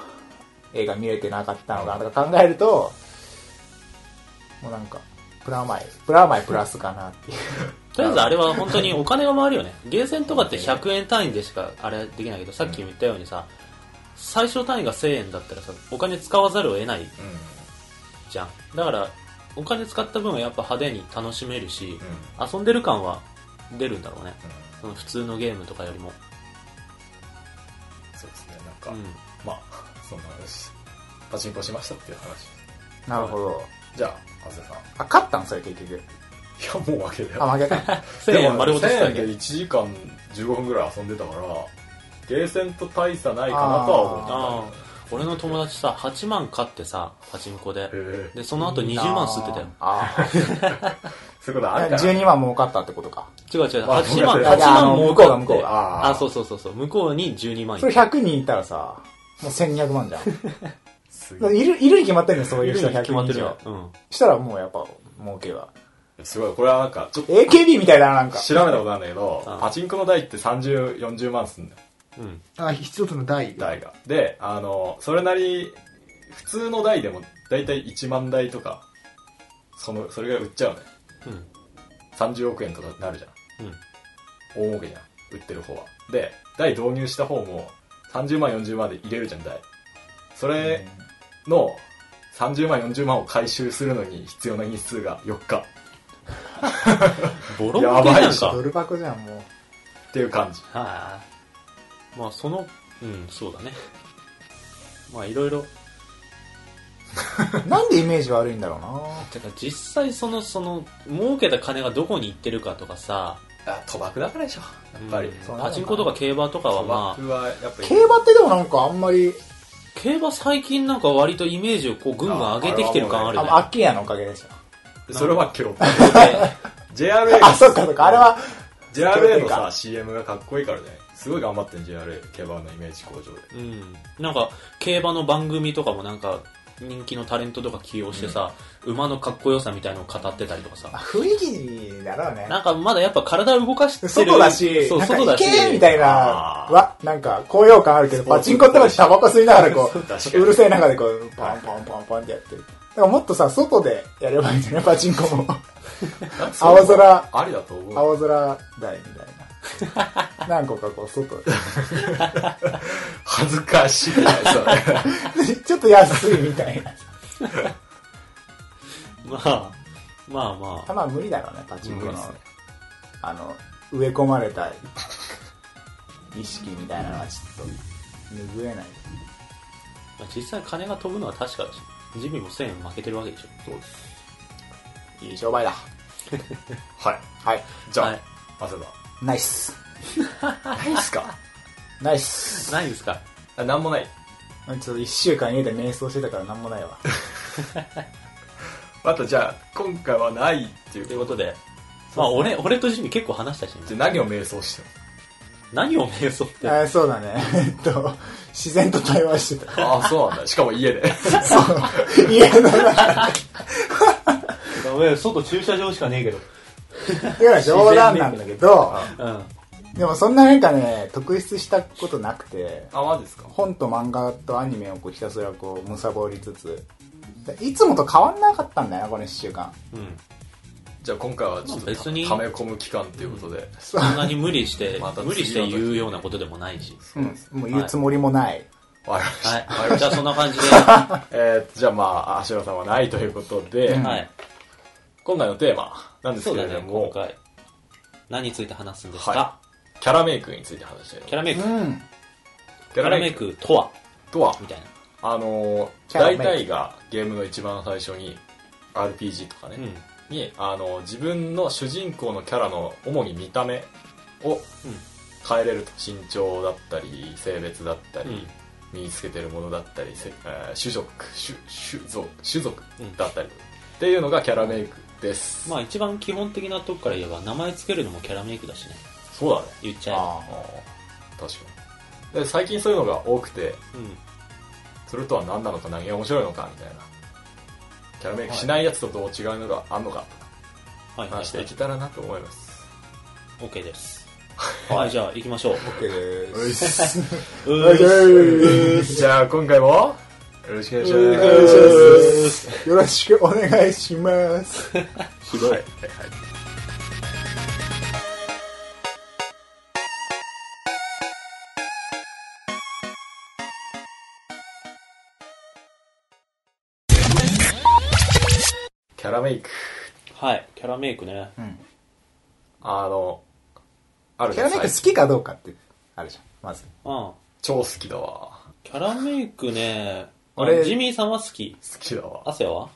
S2: 映画見れてなかったのかなとか考えると、もうなんか、プラマイ、プラマイプラスかなって いう。
S3: とりあえずあれは本当にお金が回る よね。ゲーセンとかって100円単位でしかあれできないけど、さっきも言ったようにさ、最小単位が1000円だったらさ、お金使わざるを得ない
S1: うん。
S3: じゃん。だから、お金使った分はやっぱ派手に楽しめるし、
S1: うん。
S3: 遊んでる感は出るんだろうね。
S1: うん
S3: その普通のゲームとかよりも。
S1: そうですね。なん
S3: う
S1: か、
S3: ん。
S1: まあ、そんな話。パチンコしましたっていう話。
S2: なるほど。
S1: じゃあ、ハセさん。
S2: あ、勝ったんそれ結局。
S1: いや、もう負けだよ
S2: あ、。負けた。
S3: 1000円丸ごと
S1: で
S3: し
S1: も1000
S3: た
S1: 円で
S3: け。
S1: 1時間15分ぐらい遊んでたから、ゲーセンと大差ないかなとは思
S3: あ
S1: っ
S3: あ、俺の友達さ、8万買ってさ、パチンコで
S1: てた。。へえ。
S3: で、その後20万吸ってたよ。
S2: あー
S1: そういうことあ
S2: あ
S1: るか
S2: ー。
S1: ら。
S2: 12万儲かったってことか。
S3: 違う違う、
S1: まあ
S3: 8万、
S1: ごめんなさい
S3: 8
S2: いやあ
S3: 万
S2: の
S3: 儲
S2: 向こう
S3: か
S2: が
S3: っ
S2: 向こう
S3: て。
S2: が
S1: あー
S3: あそうそうそうそう、向こうに12万い
S2: そ
S3: る
S2: れ100人いたらさ、もう1200万じゃん。
S1: す
S2: だ
S1: ご
S2: から
S1: い。
S2: いる、いるに決まってんのそういう人
S3: いるに決ま
S2: 100
S3: っ
S2: 人
S3: て
S2: 以
S3: るよ
S2: 上。。
S3: うん。
S2: したらもうやっぱ、儲けは。
S1: すごい。これはなんか、ちょっと
S2: AKB みたいだな、なんか。
S1: 調べたことあるんだけど
S3: うん、
S1: パチンコの台って30、40万すんだよ。
S3: うん。
S4: あ、一つの台。
S1: 台が。で、あの、それなり、普通の台でも大体1万台とか、その、それぐらい売っちゃうね。
S3: うん。
S1: 30億円とかなるじゃん。
S3: うん。
S1: 大儲けじゃん。売ってる方は。で、台導入した方も30万40万で入れるじゃん、台。それの30万40万を回収するのに必要な日数が4日
S3: ボロ儲け
S1: やばい
S3: じゃ
S1: で
S3: ん
S1: しょ
S3: か
S2: ド。ル箱じゃん、もう。
S1: っていう感じ。
S3: はい。まあ、その、うん、そうだね。まあ、いろいろ。
S2: なんでイメージ悪いんだろうな
S3: てか、実際その、その、儲けた金がどこに行ってるかとかさ、
S1: あ、賭博だからでしょ。やっぱり。
S3: うん
S2: そうなのかな
S3: パチンコとか競馬とかは
S1: 賭
S3: まあ、
S1: 博はやっぱり。
S2: 競馬ってでもなんかあんまり、
S3: 競馬最近なんか割とイメージをこう、ぐんぐん上げてきてる感ある
S2: あ、
S3: よね。
S2: アッキーヤのおかげでしょ。
S1: それは競馬。
S3: で
S1: JRA
S2: あ、
S1: が、
S2: そっかそっか、あれは、
S1: JRA のさ、CM がかっこいいからね。すごい頑張ってん、JRA。競馬のイメージ向上で。
S3: うん、なんか競馬の番組とかもなんか人気のタレントとか起用してさ、馬のかっこよさみたいのを語ってたりとか
S2: まあ
S3: さ
S2: 雰囲気だろうね。
S3: なんかまだやっぱ体動かしてる
S2: 外だし、
S3: そう
S2: なんか
S3: 外だし
S2: いけみたいな、
S1: あー
S2: わ、なんか高揚感あるけど、パチンコってタバコ吸いながらこ
S1: 確か
S2: う、
S1: に
S2: うるせえ中でこう、パンパンパンパンってやってる。だからもっとさ、外でやればいいんだよね、パチンコも。青空、
S1: ありだと思う。
S2: 青空台みたいな。何個かこう、外で。
S1: 恥ずかしい。それ
S2: ちょっと安いみたいな。
S3: まあまあまあ
S2: まあ無理だろうね、パチン
S1: 無
S2: コの
S1: 理ですね。
S2: あの、植え込まれた意識みたいなのはちょっと拭えない。
S3: まあ実際金が飛ぶのは確かだしジミーも1000円負けてるわけでしょそうです
S2: いい商売だ。
S1: はい。
S2: はい。
S1: じゃ
S3: はい
S1: あ、汗だ。
S2: ナイス。
S1: ないっすか
S2: ナイス。
S3: ないんですか
S1: あ、なんもない。
S2: ちょっと一週間家で瞑想してたからなんもないわ。
S1: またじゃあ、今回はないっていう
S3: と
S1: こ
S3: いう
S1: と
S3: ことでまあ俺俺とジミー結構話したしね
S1: で何を瞑想してる
S3: 何を瞑想って
S2: あそうだね。えっと、自然と対話してた。
S1: ああ、そうなんだ。しかも家で。
S2: そう。家の中だか
S3: ダメ外駐車場しかねえけど
S2: ら冗談なんだけど、
S3: うん
S2: でもそんななんかね、特筆したことなくて、
S1: あ、マジですか
S2: 本と漫画とアニメをこうひたすらこう、貪りつつ、いつもと変わんなかったんだよな、この一週間。
S3: うん
S1: じゃあ今回はちょっと
S3: まあ別に
S1: 溜め込む期間っていうことで。
S2: そう
S3: そんなに無理 して
S1: また次の
S3: 無
S1: 時
S3: 理して言うようなことでもないし
S2: うん、もう言うつもりもない。
S1: わかりました。
S3: はい。じゃあそんな感じ で。は
S1: えー、じゃあまあ、足尾さんはないということで、
S2: うん
S3: い。
S1: 今回のテーマなんです
S3: そう
S1: け
S3: だ
S1: れど
S3: ね、
S1: も
S3: 今、回。何について話すんですか、
S1: はキャラメイクについて話したいと
S3: キャラメイク。
S2: うん。
S1: キ
S3: キャラメイクとは
S1: とは、
S3: みたいな。
S1: あのー
S2: キャラ
S1: 大
S2: メイク
S1: 体がゲームの一番最初に RPG とかね、
S3: うん
S1: にあの自分の主人公のキャラの主に見た目を変えれると身長だったり性別だったり、
S3: うん
S1: 身につけてるものだったりせ、えー種族種種族種族だったり、っていうのがキャラメイクです、
S3: まあ一番基本的なとこから言えば名前つけるのもキャラメイクだしね
S1: そうだね
S3: 言っちゃ
S2: あ
S1: あー確かにで最近そういうのが多くて
S3: えばうん
S1: それとは何なのか何が面白いのかみたいなキャラメイクしないやつとどう違うのがあんのか
S3: はい
S1: と
S3: はい、はい、
S1: 話していけたらなと思います、
S3: OK ですはいじゃあ行きましょう
S2: ー OK です。
S3: う
S2: は
S3: ー
S2: い
S3: す
S1: じゃあ今回もよろしくお願いし
S2: お
S1: ま
S2: 願い
S1: す
S2: しますよろしくお願いします。
S1: ひどい、はいキャラメイク
S3: はいキャラメイクね
S1: あのある
S2: キャラメイク好きかどうかって、あるじゃん、まず。
S3: うん
S1: 超好きだわ
S3: キャラメイクねあ
S2: 俺
S3: れジミーさんは好き
S1: 好きだわ
S3: アセは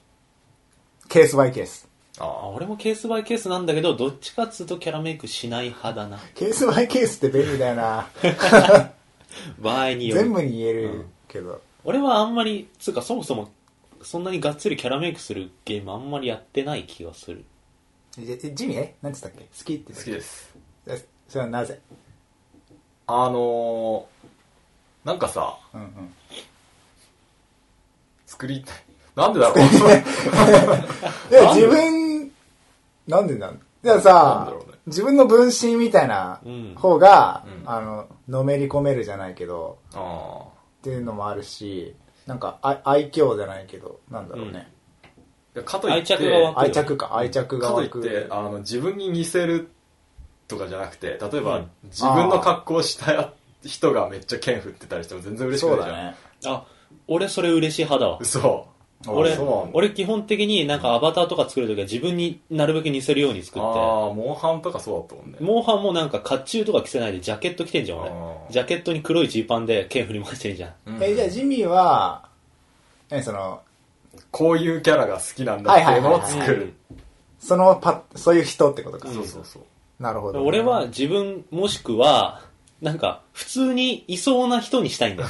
S2: ケースバイケース。
S3: あ
S1: あ
S3: 俺もケースバイケースなんだけどどっちかっつうとキャラメイクしない派だな
S2: ケースバイケースって便利だよな。
S3: 場合による
S2: 全部に言えるけど。
S3: 俺はあんまりつうかそもそもそんなにがっつりキャラメイクするゲームあんまりやってない気がする
S2: ええジミーえなんて言ったっけ好きって
S1: 好きです
S2: す。えそれはなぜ
S1: あのー、なんかさ
S2: うんうん。
S1: 作りたいなんでだろう
S2: いや、自分、なんでなんじゃ
S1: な
S2: あ
S1: んだ
S2: さ
S1: ろうね、
S2: 自分の分身みたいな
S3: うん
S2: 方が
S1: う、ん
S2: あの、のめり込めるじゃないけど、
S1: ああ
S2: っていうのもあるし、なんか、あ愛嬌じゃないけど、なんだろうね。
S1: いやかといって
S3: 愛着が湧く
S2: 愛着か、愛着が
S1: かとい
S2: 湧
S1: っ
S2: く。
S1: てあの自分に似せるとかじゃなくて例えば、
S3: うん
S1: 自分の格好をした人がめっちゃ剣振ってたりしても全然嬉しく
S2: そ
S1: な
S2: う
S1: いじゃ
S2: だ
S1: ん
S2: ね。
S3: あ俺それ嬉しい派だわ
S1: 嘘
S3: 俺
S1: そうなんだ
S3: 俺基本的になんかアバターとか作るときは自分になるべく似せるように作って
S1: ああモンハンとかそうだったもんね
S3: モンハンもなんか甲冑とか着せないでジャケット着てんじゃん
S1: あ
S3: 俺
S1: ー
S3: ジャケットに黒いジーパンで剣振り回してんじゃん
S1: うん
S2: え、じゃあジミーは、え、その、
S1: こういうキャラが好きなんだっていうのを作る、
S2: そのパそういう人ってことか。
S1: そうそうそう
S2: なるほど、
S3: 俺は、自分もしくはなんか普通にいそうな人にしたい んだよ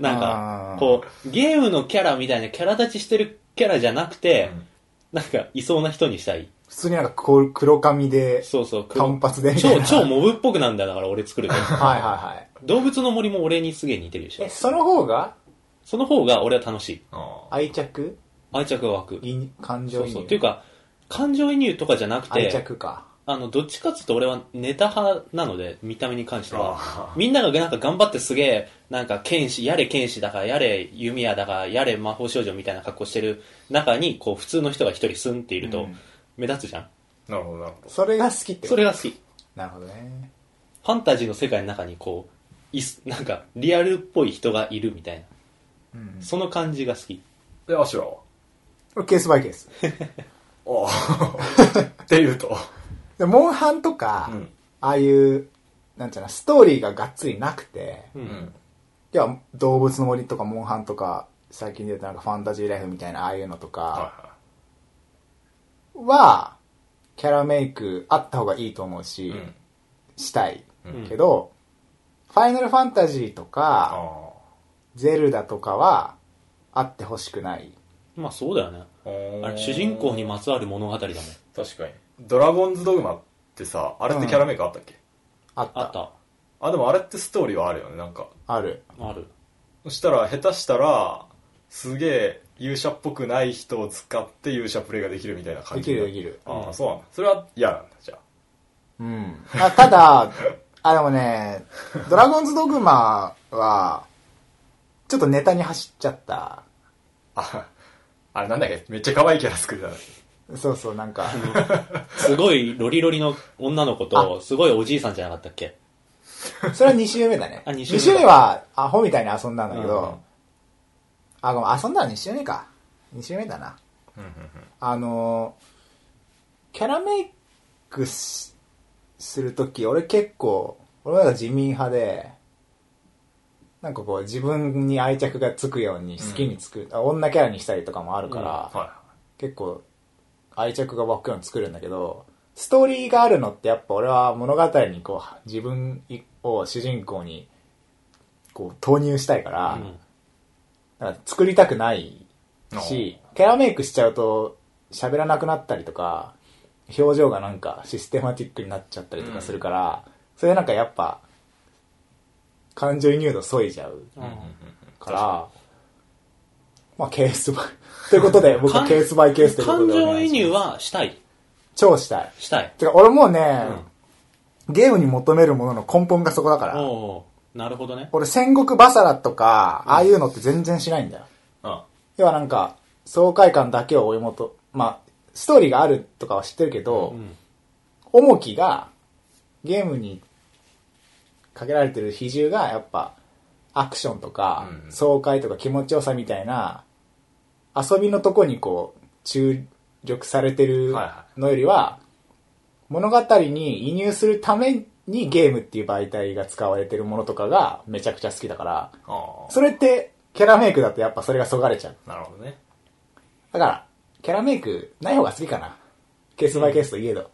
S3: なん
S2: あ
S3: か
S2: ー
S3: こうゲームのキャラみたいなキャラ立ちしてるキャラじゃなくて、
S1: うん
S3: なんかいそうな人にしたい
S2: 普通になんかこう黒髪で、
S3: そうそう黒
S2: 単発でみたい
S3: 超
S2: な。
S3: 超モブっぽくなんだよだから俺 作ると
S2: はいはいはい。
S3: 動物の森も俺にすげえ似てるし
S2: え、その方が、
S3: その方が俺は楽しい
S1: あ
S2: 愛着
S3: 愛着が湧く
S2: いん感
S3: そ
S2: 情
S3: う
S2: 移
S3: そう
S2: 入
S3: っていうか感情移入とかじゃなく
S2: 愛
S3: て
S2: 着か。
S3: あのどっちかっつうと俺はネタ派なので見た目に関しては
S1: あ
S3: みんながなんか頑張ってすげえ、なんか剣士、やれ剣士だか、やれ弓矢だか、やれ魔法少女みたいな格好してる中に、こう普通の人が一人スンっている
S2: う
S3: と
S2: ん
S3: 目立つじゃん。
S1: ーなるほどなるほど
S2: それが好きってこと
S3: それが好き。
S2: なるほどね。
S3: ファンタジーの世界の中にこう、いすなんかリアルっぽい人がいるみたい
S2: うん
S3: な。。その感じが好き。
S1: でアシュラは
S2: 俺ケースバイケース。
S1: ああ っていうと
S2: で、モンハンとか、
S1: うん
S2: ああいう、なんちゃうの、ストーリーががっつりなくて、
S3: う。
S1: うんん
S2: いや、動物の森とか、モンハンとか、最近で言うとなんかファンタジーライフみたいな、ああいうのと
S1: は
S2: か
S1: いは
S2: は、キャラメイクあった方がいいと思う
S1: い
S2: し、
S1: うん
S2: したい
S3: うん
S2: けど、ファイナルファンタジーと
S1: あ
S2: か、
S1: あ
S2: ゼルダとかは、あってほしくない。
S3: まあそうだよね。あれ主人公にまつわる物語だもん。
S1: 確かにドラゴンズドグマってさあれってキャラメイクあったっけ、
S2: あった。
S3: あ
S2: あ
S3: った。
S1: あでもあれってストーリーはあるよねなんか
S2: る。
S3: ある。
S1: そしたら下手したらすげえ勇者っぽくない人を使って勇者プレイができるみたいな感
S2: で
S1: じ
S2: きるできる。
S1: ああそうなんだそれは嫌なんだじゃあ
S2: うん。あただ、 あ、でもね、ドラゴンズドグマは、ちょっとネタに走っちゃった。
S1: ああれなんだっけめっちゃ可愛いキャラ作るじゃない
S2: そうそう、なんか、
S3: すごいロリロリの女の子と、すごいおじいさんじゃなかったっけ
S2: それは2周目だね。
S3: あ
S2: 2
S3: 二
S2: 周
S3: 周
S2: 目
S3: 目
S2: は、アホみたいに遊んだんだけど、
S3: うんうん
S2: あ、ごめん、遊んだの2周目か。2周目だな。あのー、キャラメイクしするとき、俺結構、俺なんか自民派で、なんかこう自分に愛着がつくように好きに作る、あ女キャラにしたりとかもあるから、
S1: は
S2: 結構愛着が湧くように作るんだけど、ストーリーがあるのってやっぱ俺は物語にこう、自分を主人公にこう投入したいから、
S3: うん
S2: だから作りたくないし、キャラメイクしちゃうと喋らなくなったりとか、表情がなんかシステマティックになっちゃったりとかするから、それなんかやっぱ、感情移入度削いじゃうから、まあケースバイ、ということで僕はケースバイケースということ
S3: 感
S2: でお
S3: 情
S2: 願い
S3: 移
S2: します
S3: 入はしたい。
S2: 超したい。
S3: したい。
S2: てか俺もうね、ゲームに求めるものの根本がそこだから、
S3: おーなるほどね。
S2: 俺戦国バサラとか、ああいうのって全然しないんだよ。
S1: うん。
S2: 要はなんか、爽快感だけを追い求、まあ、ストーリーがあるとかは知ってるけど、
S3: うん。
S2: 重きが、ゲームにかけられてる比重が、やっぱ、アクションとか、
S1: うん
S2: 爽快とか気持ちよさみたいな、遊びのとこにこう、注力されてる
S1: はいは
S2: のよりは、物語に移入するためにゲームっていう媒体が使われてるものとかがめちゃくちゃ好きだから、
S1: あ
S2: それって、キャラメイクだとやっぱそれがそがれちゃう。
S1: あ。なるほどね。
S2: だから、キャラメイクない方が好きかな。ケースバイケースといえど。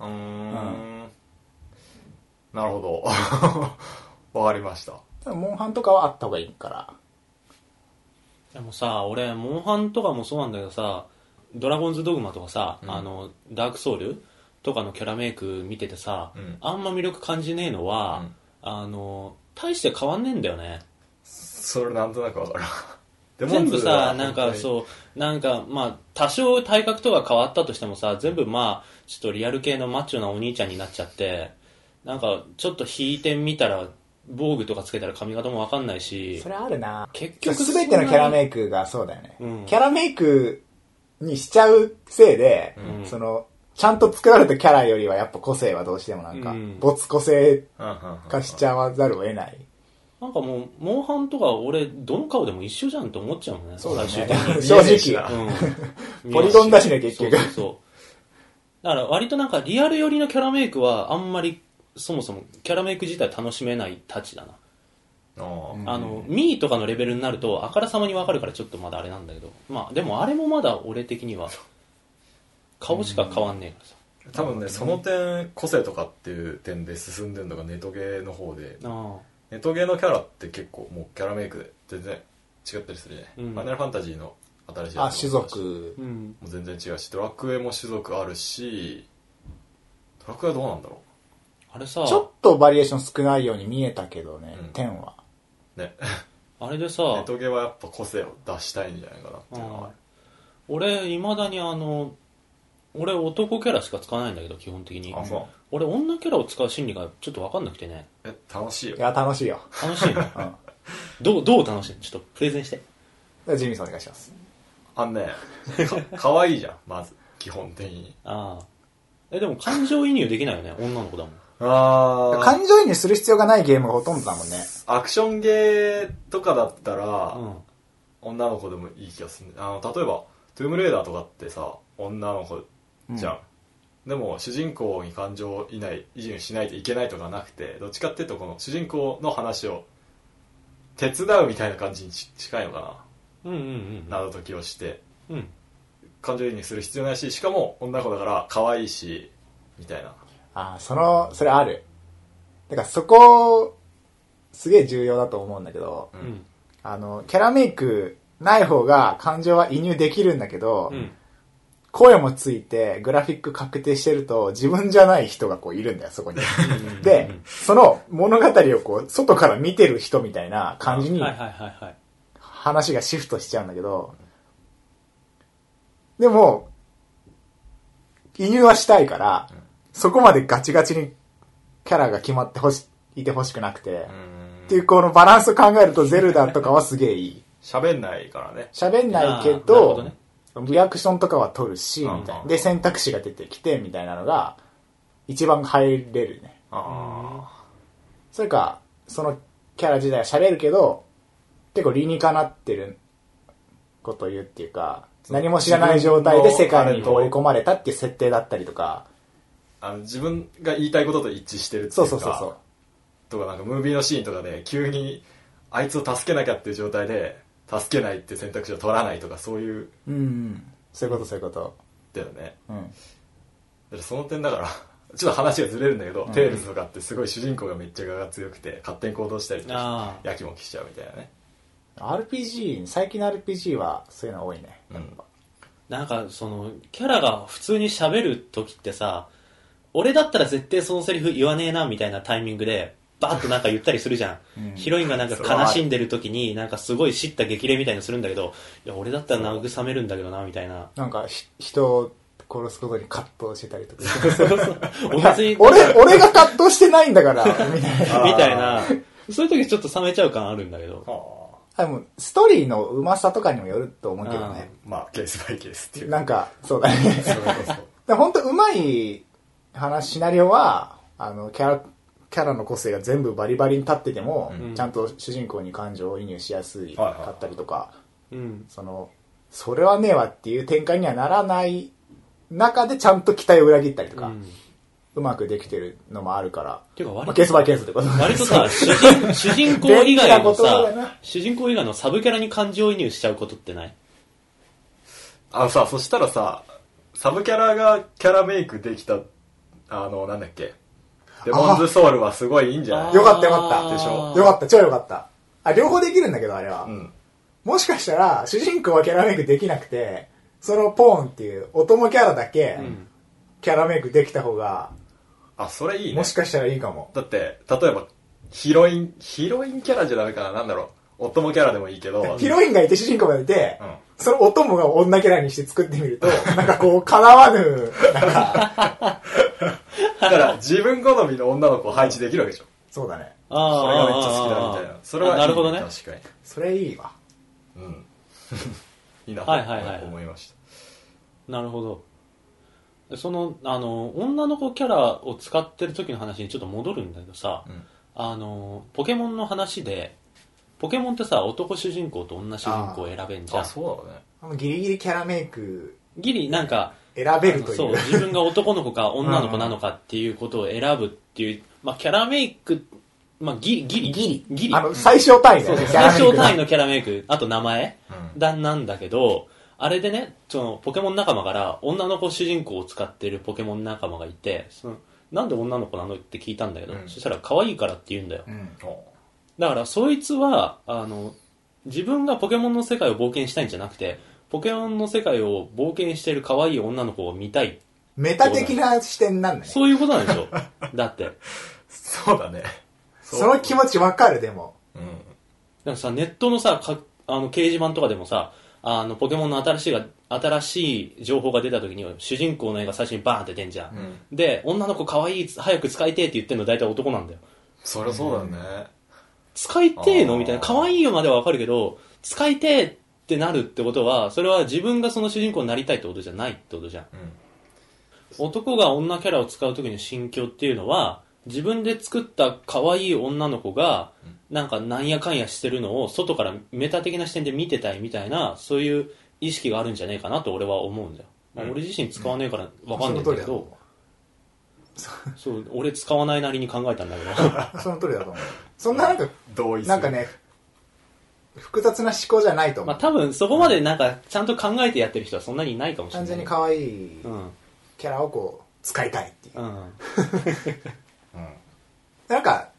S1: うーん。なるほど。 わかりました。
S2: ただモンハンとかはあった方がいいから。
S3: でもさ、俺、モンハンとかもそうなんだけどさ、ドラゴンズドグマとかさ、あの、ダークソウルとかのキャラメイク見ててさ、
S1: うん
S3: あんま魅力感じねえのは、
S1: うん
S3: あの、大して変わんねえんだよね。
S1: それなんとなくわかる。 デモ
S3: 全
S1: ン
S3: 部
S1: ズ
S3: さ
S1: は、
S3: なんか
S1: う。
S3: そう、なんかまあ、多少体格とか変わったとしてもさ、全部まあ、ちょっとリアル系のマッチョなお兄ちゃんになっちゃって、なんかちょっと引いてみたら、防具とかつけたら髪型もわかんないし
S2: そ、れあるな
S3: 結局
S2: すべてのキャラ
S3: イ
S2: メイクがそうだよね。
S3: うん
S2: キャラメイクにしちゃうせいで、
S3: ん
S2: その、ちゃんと作られたキャラよりはやっぱ個性はどうしてもなんか、
S3: うん
S2: 没個性
S1: うんうんうん
S2: 化しちゃわざるを得ない。
S3: なんかもう、モンハンとか俺、どの顔でも一緒じゃんって思っちゃうもんね、
S2: そうだね
S3: 最終的に
S2: 正
S1: 見えねえしな
S2: 直。
S3: うん
S2: ポリゴンだしね結局
S3: そうそうそうだから割となんかリアル寄りのキャラメイクはあんまりそもそもキャラメイク自体楽しめないたちだな、
S1: あ
S3: あのミーとかのレベルになるとあからさまにわかるからちょっとまだあれなんだけどまあでもあれもまだ俺的には顔しか変わんねえからさ
S1: あ多分ね、その点、個性とかっていう点で進んでるのがネトゲーの方で、
S3: あ
S1: ネトゲーのキャラって結構もうキャラメイクで全然違ったりするね。
S3: うん
S1: ファイナルファンタジーの新しいや
S2: あ、
S1: つ
S2: 種族
S3: あ。うん
S1: もう全然違うし、ドラクエも種族あるし、ドラクエはどうなんだろ
S3: あれさ
S2: ちょっとバリエーション少ないように見えたけどね、
S1: うん
S2: 天は。
S1: うね。
S3: あれで
S1: ネ
S3: さ
S1: トゲはやっぱ個性を出したいんじゃないかなっていうのはある
S3: 俺いまだにあの俺男キャラしか使わないんだけど基本的に
S1: あ、そう。
S3: 俺女キャラを使う心理がちょっと分かんなくてね
S1: え、楽しいよ
S2: い。や、楽しいよ。
S3: 楽しいね
S2: うん。
S3: どう、どう楽しいのちょっとプレゼンして。
S2: じゃあジミーさんお願いします。
S1: あんね、か かわいいじゃん、まず、基本的に。
S3: ああ。え、でも感情移入できないよね、女の子だもん。
S1: あ
S2: 感情移入する必要がないゲームがほとんどだもんね。
S1: アクションゲーとかだったら、
S3: うん。
S1: 女の子でもいい気がする、ね、あの、例えば、トゥームレーダーとかってさ、女の子じゃん。でも、主人公に感情いない、移入しないといけないとかなくて、どっちかっていうと、この主人公の話を、手伝うみたいな感じにち近いのか
S3: うんうん
S1: な。謎解きをして、
S3: うん。うん。
S1: 感情移入する必要ないし、しかも女の子だから可愛いし、みたいな。
S2: ああ、その、それある。だからそこ、すげえ重要だと思うんだけど、
S1: う
S3: う。ん。
S2: あの、キャラメイクない方が感情は移入できるんだけど、
S3: うん。
S2: 声もついて、グラフィック確定してると、自分じゃない人がこういるんだよ、そこに。で、その物語をこう、外から見てる人みたいな感じに
S3: はいはいはいはい。
S2: 話がシフトしちゃうんだけど、でも、移入はしたいから、そこまでガチガチにキャラが決まってほし、いてほしくなくて、っていうこのバランスを考えるとゼルダとかはすげえいい。
S1: 喋んないからね。
S2: 喋んないけ
S3: あーなるほ
S2: ど、
S3: どね
S2: リアクションとかは取るし、
S1: うん
S2: みたいな。で、選択肢が出てきて、みたいなのが、一番入れるね。
S1: あ
S2: それか、そのキャラ自体は喋るけど、結構理にかなってることを言うっていうか、
S1: そう
S2: 何も知らない状態で世界に
S1: 自分のあ
S2: 放
S1: れ
S2: り
S1: と
S2: 込まれたっていう設定だったりとか、
S1: あ。あの、自分が言いたいことと一致してるっていうか。
S2: そうそうそうそう。
S1: とかなんかムービーのシーンとかで急にあいつを助けなきゃっていう状態で助けないっていう選択肢を取らないとかそういう
S2: うんうん。そういうことそういうこと。
S1: だよね。
S2: うん。
S1: だからその点だから、 ちょっと話がずれるんだけど、
S2: うん
S1: テールズとかってすごい主人公がめっちゃ我が強くて、勝手に行動したりとか
S3: あ
S1: して、やきもきしちゃうみたいなね。
S2: RPG、最近の RPG はそういうの多いね。
S1: うん
S2: やっぱ
S3: なんかそのキャラが普通に喋る時ってさ俺だったら絶対そのセリフ言わねえなみたいなタイミングでバーッとなんか言ったりするじゃん、
S2: うん
S3: ヒロインがなんか悲しんでる時になんかすごい叱咤激励みたいのするんだけどいや俺だったら慰めるんだけどなみたい な
S2: なんかひ、人を殺すことに葛藤してたりとか。
S3: お別に
S2: 俺、俺が葛藤してないんだから、みたいな。
S3: みたいなそういう時ちょっと冷めちゃう感あるんだけど
S1: は
S2: 多分、ストーリーのうまさとかにもよると思うけどね。
S1: あまあ、ケースバイケースっていう。
S2: なんか、そうだね。
S1: そうそうそう。
S2: で本当うまい話、シナリオは、あの、キャラ、キャラの個性が全部バリバリに立ってても、
S3: ん
S2: ちゃんと主人公に感情を移入しやすい
S1: はいはいはい
S2: かったりとか、
S3: うん
S2: その、それはねえわっていう展開にはならない中でちゃんと期待を裏切ったりと
S3: う
S2: か、うんまくできてるのもあるから、
S3: ていうか割
S2: まあ、
S3: と
S2: ケースバイケースってこと
S3: 割とさ、主人主人公以外の
S2: 便利な言葉
S3: さ
S2: だな、
S3: 主人公以外のサブキャラに感情移入しちゃうことってない
S1: あのさ、そしたらさ、サブキャラがキャラメイクできた、あの、なんだっけ。デモンズソウルはすごいいいんじゃない
S2: よかったよかった
S3: あー
S1: でしょ
S2: よかった、超よかった。あ、両方できるんだけど、あれは。
S1: うん。
S2: もしかしたら、主人公はキャラメイクできなくて、そのポーンっていう、お供キャラだけ、
S3: ん
S2: キャラメイクできた方が、
S1: あ、それいいね
S2: も。しかしたらいいかも。
S1: だって、例えば、ヒロイン、ヒロインキャラじゃダメかな、なんだろう。お供キャラでもいいけど。
S2: ヒロインがいて主人公がいて、
S1: うん
S2: そのお供が女キャラにして作ってみると、 なんかこう、叶わぬ、 なんか、
S1: だから、自分好みの女の子を配置できるわけでしょ。
S2: そうだね。
S3: あ
S1: それがめっちゃ好きだみたいな。それはいい、
S3: なるほどね。
S1: 確かに。
S2: それいいわ。
S1: うん。 いいな
S3: はいはいはい
S1: と思いました。
S3: なるほど。その、あの、女の子キャラを使ってる時の話にちょっと戻るんだけどさ、
S1: うん
S3: あの、ポケモンの話で、ポケモンってさ、男主人公と女主人公を選べんじゃん
S1: あ、。そうだね。
S2: あのギリギリキャラメイク
S3: ギリ、なんか、
S2: 選べるとい。
S3: そうう、自分が男の子か女の子なのかっていうことを選ぶっていう、まあ、キャラメイク、まあ、ギリ、ギリ。
S2: ギ
S3: ギリ
S2: あ。の、最小単位だ
S3: そう
S2: よ
S3: そう
S2: ね。
S3: 最小
S2: キャラメイ
S3: 単位
S2: ク
S3: のキャラメイク、あと名前
S1: うん
S3: だなんだけど、あれでね、そのポケモン仲間から女の子主人公を使ってるポケモン仲間がいて、そのなんで女の子なのって聞いたんだけど、
S1: うん
S3: そしたら可愛いからって言うんだよ。
S2: うん。
S1: お
S3: だからそいつは、あの、自分がポケモンの世界を冒険したいんじゃなくて、ポケモンの世界を冒険してる可愛い女の子を見たい。
S2: メタ的な視点なんだね。
S3: そういうことなんで しょだって。
S1: そうだね。
S2: その気持ちわかる、でも。
S1: うん。
S3: なんかさ、ネットのさ、かあの掲示板とかでもさ、あの、ポケモンの新しいが、新しい情報が出た時に、主人公の絵が最初にバーンって出んじゃん。で、女の子可愛い、早く使いてえって言ってんの大体男なんだよ。
S1: そりゃそうだよね。
S3: 使いてえ
S1: あ
S3: の
S1: ー
S3: みたいな。可愛いよまではわかるけど、使いてえってなるってことは、それは自分がその主人公になりたいってことじゃないってことじゃん。
S1: うん。
S3: 男が女キャラを使う時の心境っていうのは自分で作った可愛い女の子がなんかなんやかんやしてるのを外からメタ的な視点で見てたいみたいなそういう意識があるんじゃねえかなと俺は思うんだよ、まあ
S1: うん
S3: 俺自身使わねえからわかんないんだけど、そう俺使わないなりに考えたんだけど
S2: その通りだと思う。そんななんか、
S1: 同意する。
S2: なんかね、複雑な思考じゃないと思
S3: まあ
S2: う。
S3: 多分そこまでなんかちゃんと考えてやってる人はそんなにいないかもしれな
S2: 単
S3: い
S2: 純に可愛い
S3: うん
S2: キャラをこう、使いたいっていう。
S3: うん
S1: うん。
S2: なんか、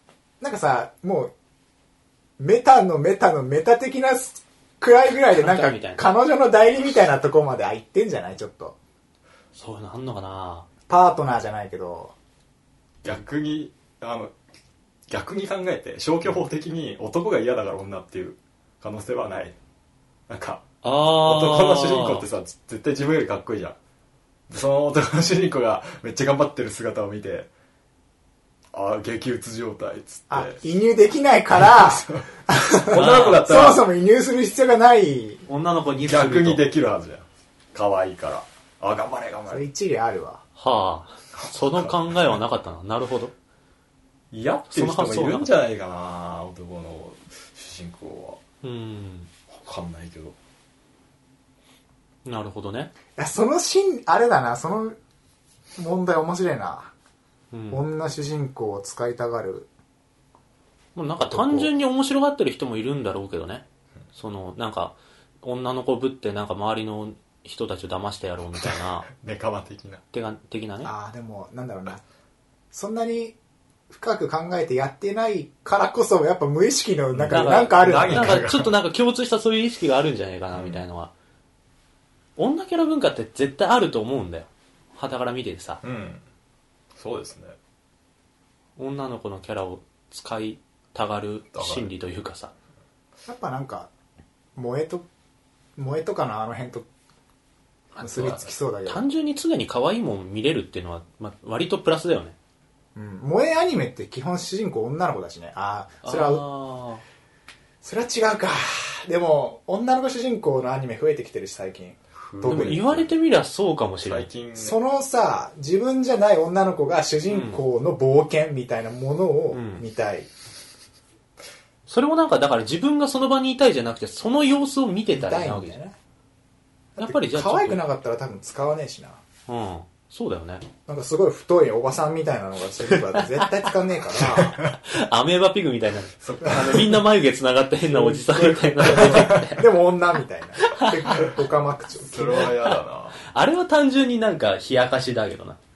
S2: なんかさ、もう、メタのメタのメタ的なくらいぐらいで、なん
S3: メ
S2: か
S3: タみたいな、
S2: 彼女の代理みたいなとこまでは行ってんじゃないちょっと。
S3: そういうのあんのかな
S2: パートナーじゃないけど、
S1: 逆にあの逆に考えて消去法的に男が嫌だから女っていう可能性はないなんか
S3: ああ
S1: 男の主人公ってさず絶対自分よりかっこいいじゃんでその男の主人公がめっちゃ頑張ってる姿を見てああ激うつ状態っつ
S2: あ
S1: っ、て
S2: 移入できない から、
S1: 女の子だった
S2: そもそ
S1: ら
S2: も移入する必要がない。
S3: 女の子にすると
S1: 逆にできるはずじゃん可愛いからあー頑張れ頑張
S2: それ
S1: れ
S2: 一理あるわ。
S3: はあその考えはなかったななるほど
S1: 嫌っていう人もいるんじゃないかな男の主人公
S3: うん
S1: はわかんないけど
S3: なるほどね、
S2: いやそのシーン、あれだな、その問題面白いな。
S3: うん、も
S2: 女主人公を使いたがる。
S3: うなんか単純に面白がってる人もいるんだろうけどねそのなんか女の子ぶってなんか周りの人たちを騙してやろうみたいな、
S1: ネカマ的な。
S3: てか的なね。
S2: ああでもなんだろうなそんなに深く考えてやってないからこそやっぱ無意識のなんか
S3: なんか
S2: なんかあるんだね
S3: なんかちょっとなんか共通したそういう意識があるんじゃないかなみたいなのは、女キャラ文化って絶対あると思うんだよ傍から見ててさ
S1: うん。そうですね。
S3: 女の子のキャラを使いたがる心理というかさ
S2: やっぱなんか萌えと萌えとかのあの辺と結びつきそうだけど、
S3: 単純に常に可愛いもん見れるっていうのは、まあ、割とプラスだよね
S2: うん、萌えアニメって基本主人公女の子だしねああそれは
S3: あ
S2: それは違うかでも女の子主人公のアニメ増えてきてるし最近
S3: ーでも言われてみりゃそうかもしれな
S1: 最
S3: い
S1: 近ね、
S2: そのさ自分じゃない女の子が主人公の冒険みたいなものを
S3: うん
S2: 見たい、
S3: それもなんかだから自分がその場にいたいじゃなくてその様子を見て
S2: 見
S3: た
S2: た
S3: ら
S2: い
S3: なんわ
S2: だ
S3: けじゃ
S2: よ
S3: ん
S2: ね
S3: やっぱりじゃあちょっ
S2: 可
S3: と
S2: 愛くなかったら多分使わねえしな
S3: うんそうだよね
S2: なんかすごい太いおばさんみたいなのが主人公だと 絶対使わねえか
S3: アメーバピグみたいな
S1: そっ
S3: あのみんな眉毛繋がった変なおじさんみたいなのが出てきて
S2: らでも女みたいな結構オカマ口調
S1: それは嫌だな。
S3: あれは単純になんか冷やかしだけどな。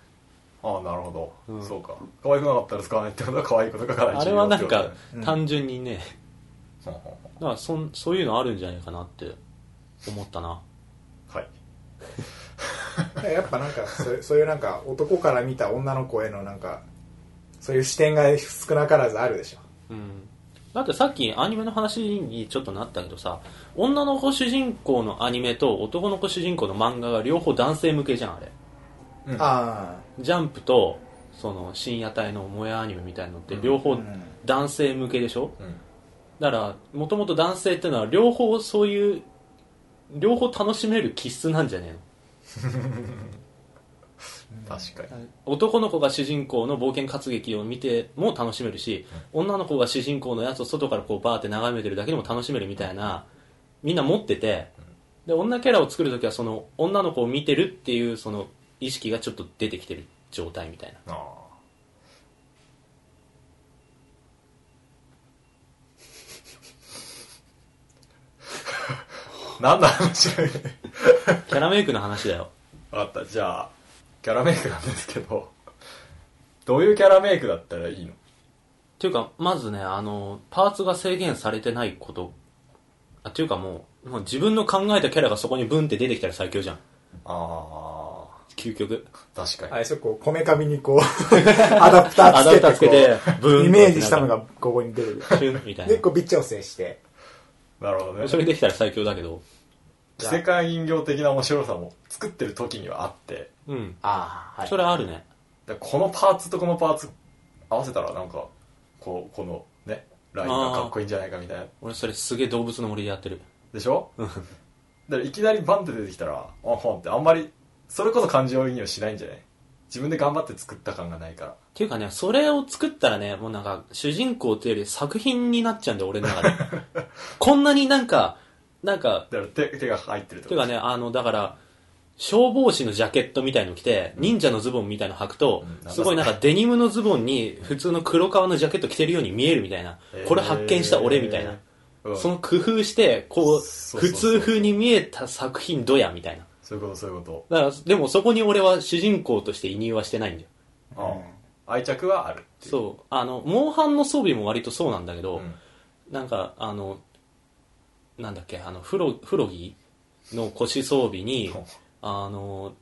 S1: ああ、なるほど、
S3: うん
S1: そうか。可愛くなかったら使わないってことは可愛いことかから
S3: あれはなんか
S2: うん
S3: 単純にね、
S1: ほんほんほ
S3: だからそんそういうのあるんじゃないかなって思ったな。
S1: んはい。
S2: やっぱなんかそうそういうなんか男から見た女の子へのなんかそういう視点が少なからずあるでしょ
S3: うん。だってさっきアニメの話にちょっとなったけどさ、女の子主人公のアニメと男の子主人公の漫画が両方男性向けじゃん、あれ。
S1: うん
S2: あ
S3: ジャンプと、その深夜帯の萌えアニメみたいなのって両
S2: あ、
S3: 方男性向けでしょ、
S1: うん。
S3: だから、もともと男性ってのは両方そういう、両方楽しめる気質なんじゃねえの
S1: 確かに。
S3: 男の子が主人公の冒険活劇を見ても楽しめるし、女の子が主人公のやつを外からこうバーって眺めてるだけでも楽しめるみたいなみんな持っててで女キャラを作るときはその女の子を見てるっていうその意識がちょっと出てきてる状態みたいな
S1: ああ。 なんだ話が
S3: キャラメイクの話だよ
S1: あった、じゃあ、キャラメイクなんですけど、どういうキャラメイクだったらいいの
S3: っていうかまずねあのパーツが制限されてないことあっていうかもうもう自分の考えたキャラがそこにブンって出てきたら最強じゃん
S1: あ
S3: 究極
S1: あ、確かに。
S2: あれでしょこうこめかみにこう アダプター
S3: ア
S2: つ
S3: ダ
S2: けて
S3: プターつけてブ
S2: こう
S3: ンって
S2: イメージしたのがここに出る
S3: シュンみたいな
S2: でこう微調整して
S1: なるほどね。
S3: それできたら最強だけど。
S1: 異世界人形的な面白さも作ってる時にはあって、
S3: うん。
S2: ああはい
S3: それはあるね。
S1: でこのパーツとこのパーツ合わせたらなんか、こう、このね、ラインがかっこいいんじゃないかみたいな。
S3: 俺それすげえ動物の森でやってる。
S1: でしょだからいきなりバンって出てきたら、あほんってあんまり、それこそ感情移入しないんじゃない自分で頑張って作った感がないから。
S3: っていうかね、それを作ったらね、もうなんか、主人公っていうより作品になっちゃうんだよ、俺の中で。 こんなになんか、なんか、
S1: だから手手が入ってるって
S3: て
S1: こ
S3: いう
S1: と
S3: かね、あの、だから、消防士のジャケットみたいの着て、忍者のズボンみたいの履くと
S1: うんなん、だ
S3: すごいな んかデニムのズボンに普通の黒革のジャケット着てるように見えるみたいな
S1: へー。
S3: これ発見した俺みたいな。
S1: うん
S3: その工夫して、こう、
S1: そうそう
S3: 普
S1: そう
S3: 通風に見えた作品どやみたいな。
S1: そういうことそういうこ
S3: だから、でもそこに俺は主人公として移入はしてないんだよ。
S1: と、ああ愛着はあるっていう
S3: そう。あの、モンハンの装備も割とそうなんだけど、
S1: うん
S3: なんか、あの、なんだっけ、あの、フロ、フロギの腰装備に、あの、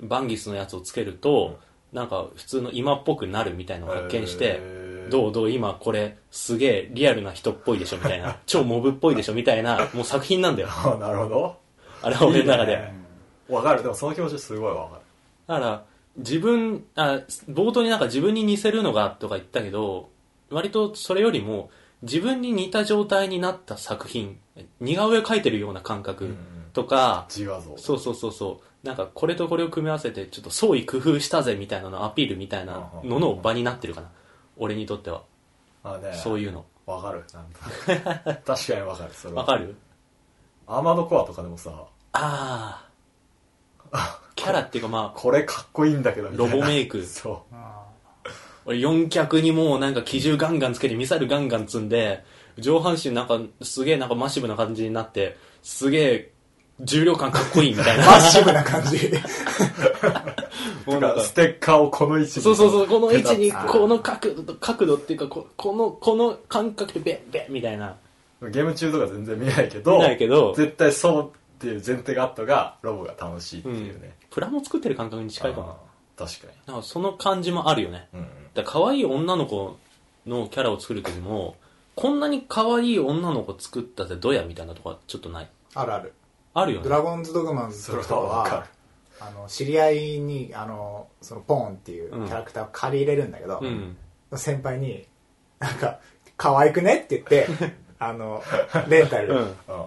S3: バンギスのやつをつけると、なんか普通の今っぽくなるみたいなのを発見して、
S1: へー
S3: どうどう今これすげえリアルな人っぽいでしょみたい な、超モブっぽいでしょみたいな、もう作品なんだよ。
S1: あなるほど
S3: あれは俺の中で。
S1: いいねわかるでもその気持ちすごいわかる
S3: だから、自分、あ、冒頭になんか自分に似せるのがとか言ったけど、割とそれよりも、自分に似た状態になった作品、似顔絵描いてるような感
S1: うんう
S3: 覚
S1: ん
S3: とか、
S1: 自画像
S3: そうそうそうそう、なんかこれとこれを組み合わせて、ちょっと創意工夫したぜみたいなのアピールみたいなのの場になってるかな。俺にとっては。
S1: あね
S3: そういうの。
S1: わかるなんか確かにわかるそれは
S3: わかる
S1: アーマードコアとかでもさ
S3: ああ。キャラっていうかまあ、
S1: これかっこいいんだけどみたいな
S3: ロボメイク
S1: そ
S3: 俺4脚にもうなんか機銃ガンガンつけてミサイルガンガン積んで、上半身なんかすげえなんかマシブな感じになって、すげえ重量感かっこいいみたいな。
S2: マッシブな感じ。
S1: とか、ステッカーをこの位置に。
S3: そうそうそう、この位置に、
S1: ペタッ
S3: この角度、角度っていうか、ここの、この感覚でベッベッみたいな。
S1: とゲーム中とか全然見ないけど、
S3: 見ないけど
S1: 絶対そうっていう前提があったが、ロボが楽しいっていうね。
S3: プラモ作ってる感覚に近いかな。
S1: あー確か
S3: なんかその感じもあるよね。
S1: に。うんうん。
S3: だから可愛い女の子のキャラを作る時も、こんなに可愛い女の子作ったってどやみたいなとこはちょっとない。
S2: あるある。
S3: あるよ
S2: ド
S3: ね。
S2: ラゴンズドグマズとか
S1: それはわかる
S2: は、あの、知り合いに、あの、その、ポーンっていうキャラクターを借り入れるんだけど、
S3: うん。
S2: 先輩に、なんか、可愛くねって言っ て、あの、レンタル、
S3: うん
S1: あ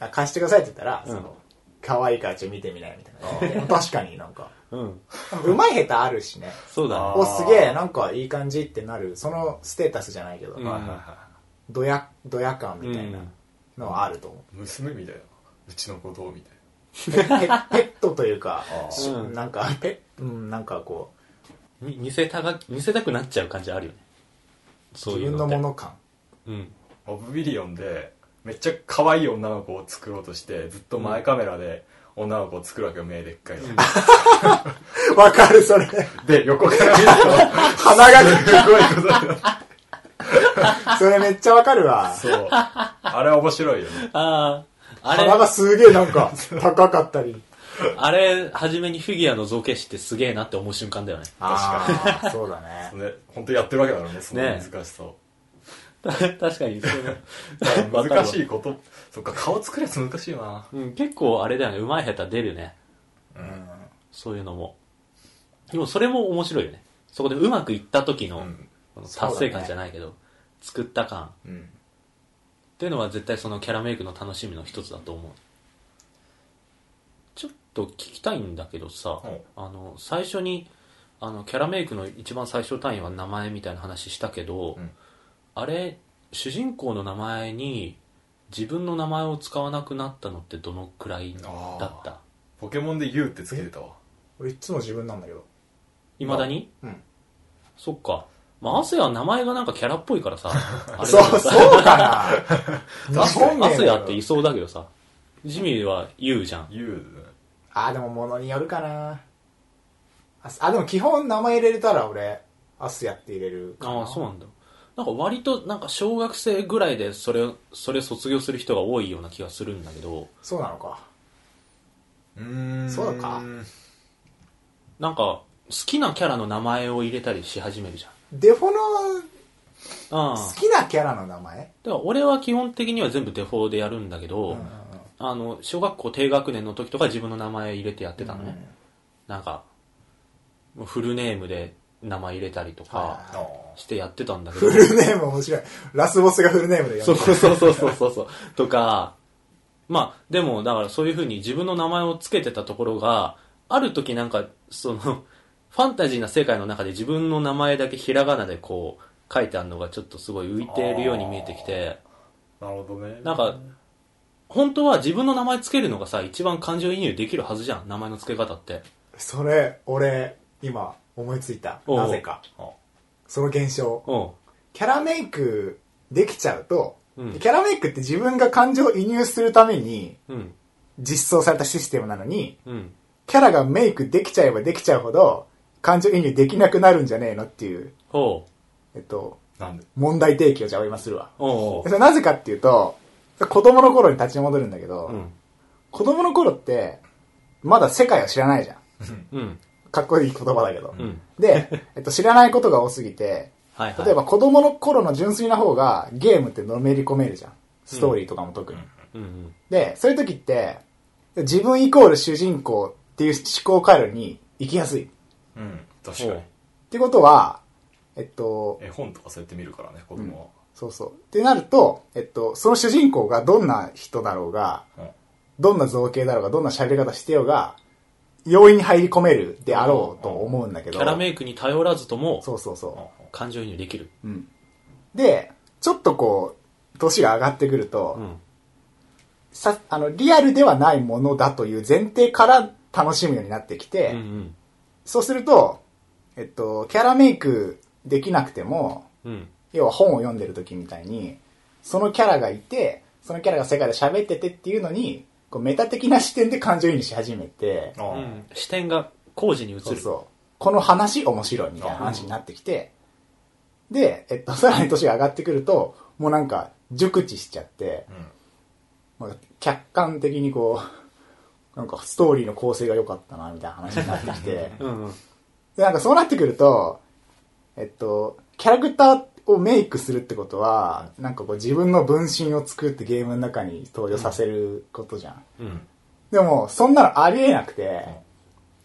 S2: あ貸してくださいって言ったら、
S3: うん
S2: その、可愛いからちょっと見てみないみた いな。確かになんか、
S3: うん。
S2: うまい下手あるしね。
S3: そうだ
S1: あ
S3: ね。
S1: ー
S2: お、すげえ、なんかいい感じってなる、そのステータスじゃないけど、
S3: うん
S1: はいはいは
S2: ドヤ、ドヤ感みたいな
S3: うん
S2: のはあると思う。
S1: い。娘みたいな。うちの子どうみたい
S2: ペペペットというか
S1: あ、ー
S2: し
S3: うん
S2: なんか、ペうん、なんかこ
S3: み見せたが、見せたくなっちゃう感じあるよね。
S2: う、
S3: そう
S2: 自
S3: いう
S2: 分の
S3: のって
S2: もの感。
S3: うん。
S1: な。オブビリオンで、めっちゃ可愛い女の子を作ろうとして、ずっと前カメラで女の子を作るわけよ、目でっかいの。
S2: わかる、それ。
S1: で、横から見る
S2: 鼻が、
S1: と、すごいことになる。
S2: それめっちゃわかるわ。
S1: そう。あれ面白いよね。
S3: ああ、あれ、
S2: 鼻がすげえなんか、高かった り。
S3: あれ、初めにフィギュアの造形師ってすげえなって思う瞬間だ よね。
S2: 確かに。そうだね。
S1: ね、本当やってるわけだからね、その
S3: ね
S1: 難しさ を。
S3: た確かに、そうねわかるわ
S1: 難しいこと、そっか、顔作るやつ難しいな。
S3: うん、結構あれだよね、うまい下手出るね。
S1: うん。
S3: そういうのも。でもそれも面白いよね。そこでうまくいった時の,、
S1: うん
S3: の達成感じゃないけど、作った感っ
S1: うん。
S3: ていうのは絶対そのキャラメイクの楽しみの一つだと思う。ちょっと聞きたいんだけどさ、
S1: うん
S3: あの、最初に、あの、キャラメイクの一番最初単位は名前みたいな話したけど、
S1: うん
S3: あれ、主人公の名前に自分の名前を使わなくなったのってどのくらいだった
S1: ポケモンで U ってつけてたわ。
S2: 俺いつも自分なんだけど。
S3: いまだに
S2: うん。
S3: そっか。まあ、アセは名前がなんかキャラっぽいから さ。あれだ
S2: そう、
S3: けどさ
S2: そうか な。日本名
S3: アセ
S2: だ
S3: ヤ
S2: よ
S3: っていそうだけどさ。ジミーはユウじゃん。
S1: U
S2: あー、でも物によるかな。あ、すあでも基本名前入れれたら俺、アスヤって入れるかな。
S3: ああ、そうなんだ。なんか割となんか小学生ぐらいでそれを、それ卒業する人が多いような気がするんだけど、
S2: そうなのか。
S1: だね。うん
S2: そうか
S3: なんか好きなキャラの名前を入れたりし始めるじ
S2: デフォの
S3: ゃん。うん。だ
S2: 好
S3: か
S2: きなキャラの名前
S3: ら俺は基本的には全部デフォでやるんだけ
S2: うん
S3: ど、
S2: うんうん
S3: あの、小学校低学年の時とか自分の名前入れてやってたのね。なんか、もうフルネームで名前入れたりと
S2: はいはい
S3: か
S1: あー
S3: してやってたんだけ ど
S2: フ、ルネーム面白い。ラスボスがフルネームで呼んで
S3: そう
S2: る
S3: そうそうそうそうそうそう、とか、まあ、でも、だからそういう風に自分の名前をつけてたところが、ある時なんか、その、ファンタジーな世界の中で自分の名前だけひらがなでこう、書いてあるのがちょっとすごい浮いているように見えてきて、
S1: なるほどね。
S3: なんか、本当は自分の名前つけるのがさ、一番感情移入できるはずじゃん、名前の付け方って。
S2: それ、俺、今、思いついた。
S3: おう
S2: なぜか。
S1: あ
S2: その現象。
S3: うん。
S2: キャラメイクできちゃうと、
S3: うん
S2: キャラメイクって自分が感情を移入するために
S3: うん。
S2: 実装されたシステムなのに、
S3: うん。
S2: キャラがメイクできちゃえばできちゃうほど、感情移入できなくなるんじゃねえのっていう、
S3: ほ
S2: え
S3: う。
S2: っと、
S1: なんで
S2: 問題提起をじゃあ今するわ。
S3: おうお
S2: それなぜかっていうと、子供の頃に立ち戻るんだけど、
S3: う。うん。
S2: 子供の頃って、まだ世界を知らないじゃん。
S3: うん。
S2: かっこいい言葉だけど。
S3: うん。
S2: で、えっと、知らないことが多すぎて、
S3: はいはい。
S2: 例えば子供の頃の純粋な方がゲームってのめり込めるじゃん。ストーリーとかも特に。
S3: うんうん。
S2: で、そういう時って、自分イコール主人公っていう思考回路に行きやすい。っ
S1: うん。確かに。
S2: てことは、えっと、
S1: 絵本とかそうやって見るからね、子供
S2: そうそう。ってなると、えっと、その主人公がどんな人だろうが、
S1: は。うん
S2: どんな造形だろうが、どんな喋り方してようが、容易に入り込めるであろうと思うんだけど。
S3: キャラメイクに頼らずとも、
S2: そうそうそう。
S3: 感情移入できる。
S2: うん。で、ちょっとこう、年が上がってくると、
S3: うん。
S2: さ、あの、リアルではないものだという前提から楽しむようになってきて、
S3: うんうん。
S2: そうすると、えっと、キャラメイクできなくても、
S3: うん。
S2: 要は本を読んでる時みたいに、そのキャラがいて、そのキャラが世界で喋っててっていうのに、こうメタ的な視点で感情移入し始めて、
S1: う
S3: うんん、視点が工事に移る。
S2: そうそう。この話面白いみたいな話になってきて、で、えっと、さ らに年が上がってくると、もうなんか、熟知しちゃって、もう客観的にこう、なんかストーリーの構成が良かったな、みたいな話になってきて、
S3: うんうん。
S2: で、なんかそうなってくると、えっと、キャラクターをメイクするってことは、なんかこう自分の分身を作ってゲームの中に登場させることじゃん。
S3: うん。
S2: でも、そんなのありえなくて、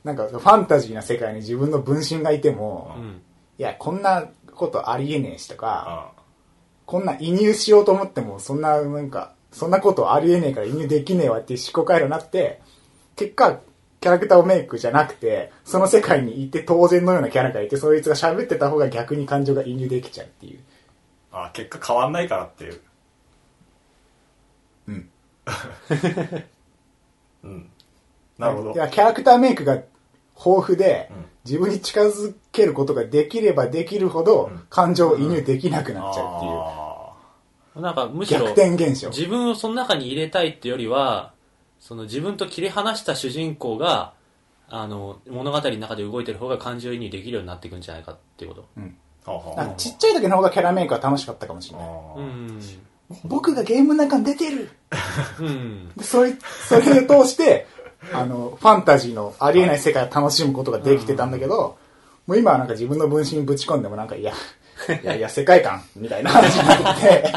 S2: なんかファンタジーな世界に自分の分身がいても、
S3: う
S2: い
S3: ん。
S2: や、こんなことありえねえしとか、
S1: あ
S2: こんな移入しようと思っても、そんな、なんか、そんなことありえねえから移入できねえわっていう思考回路になって、結果、キャラクターをメイクじゃなくて、その世界にいて当然のようなキャラがいて、そいつが喋ってた方が逆に感情が移入できちゃうっていう。
S1: あ、結果変わんないからっていう。
S2: うん。
S1: うん。 なるほど。
S2: いや、キャラクターメイクが豊富で、
S1: うん
S2: 自分に近づけることができればできるほど、感情を移入できなくなっちゃうっていう。
S1: あ
S3: なんかむしろ
S2: 逆、転現象。
S3: 自分をその中に入れたいってよりは、その自分と切り離した主人公が、あの、物語の中で動いてる方が感情移入できるようになっていくんじゃないかっていうこ
S2: うん。
S1: ーはあは
S2: なん
S1: あ
S2: かちっちゃい時の方がキャラメイクは楽しかったかもしれな
S1: あ
S2: い。
S3: と。う
S1: ー
S3: ん。
S2: 僕がゲームの中に出てる
S3: うん。
S2: でそれ、それを通して、 あの、ファンタジーのありえない世界を楽しむことができてたんだけど、もう今はなんか自分の分身ぶち込んでもなんか、いや、いやいや、世界観みたいな話になって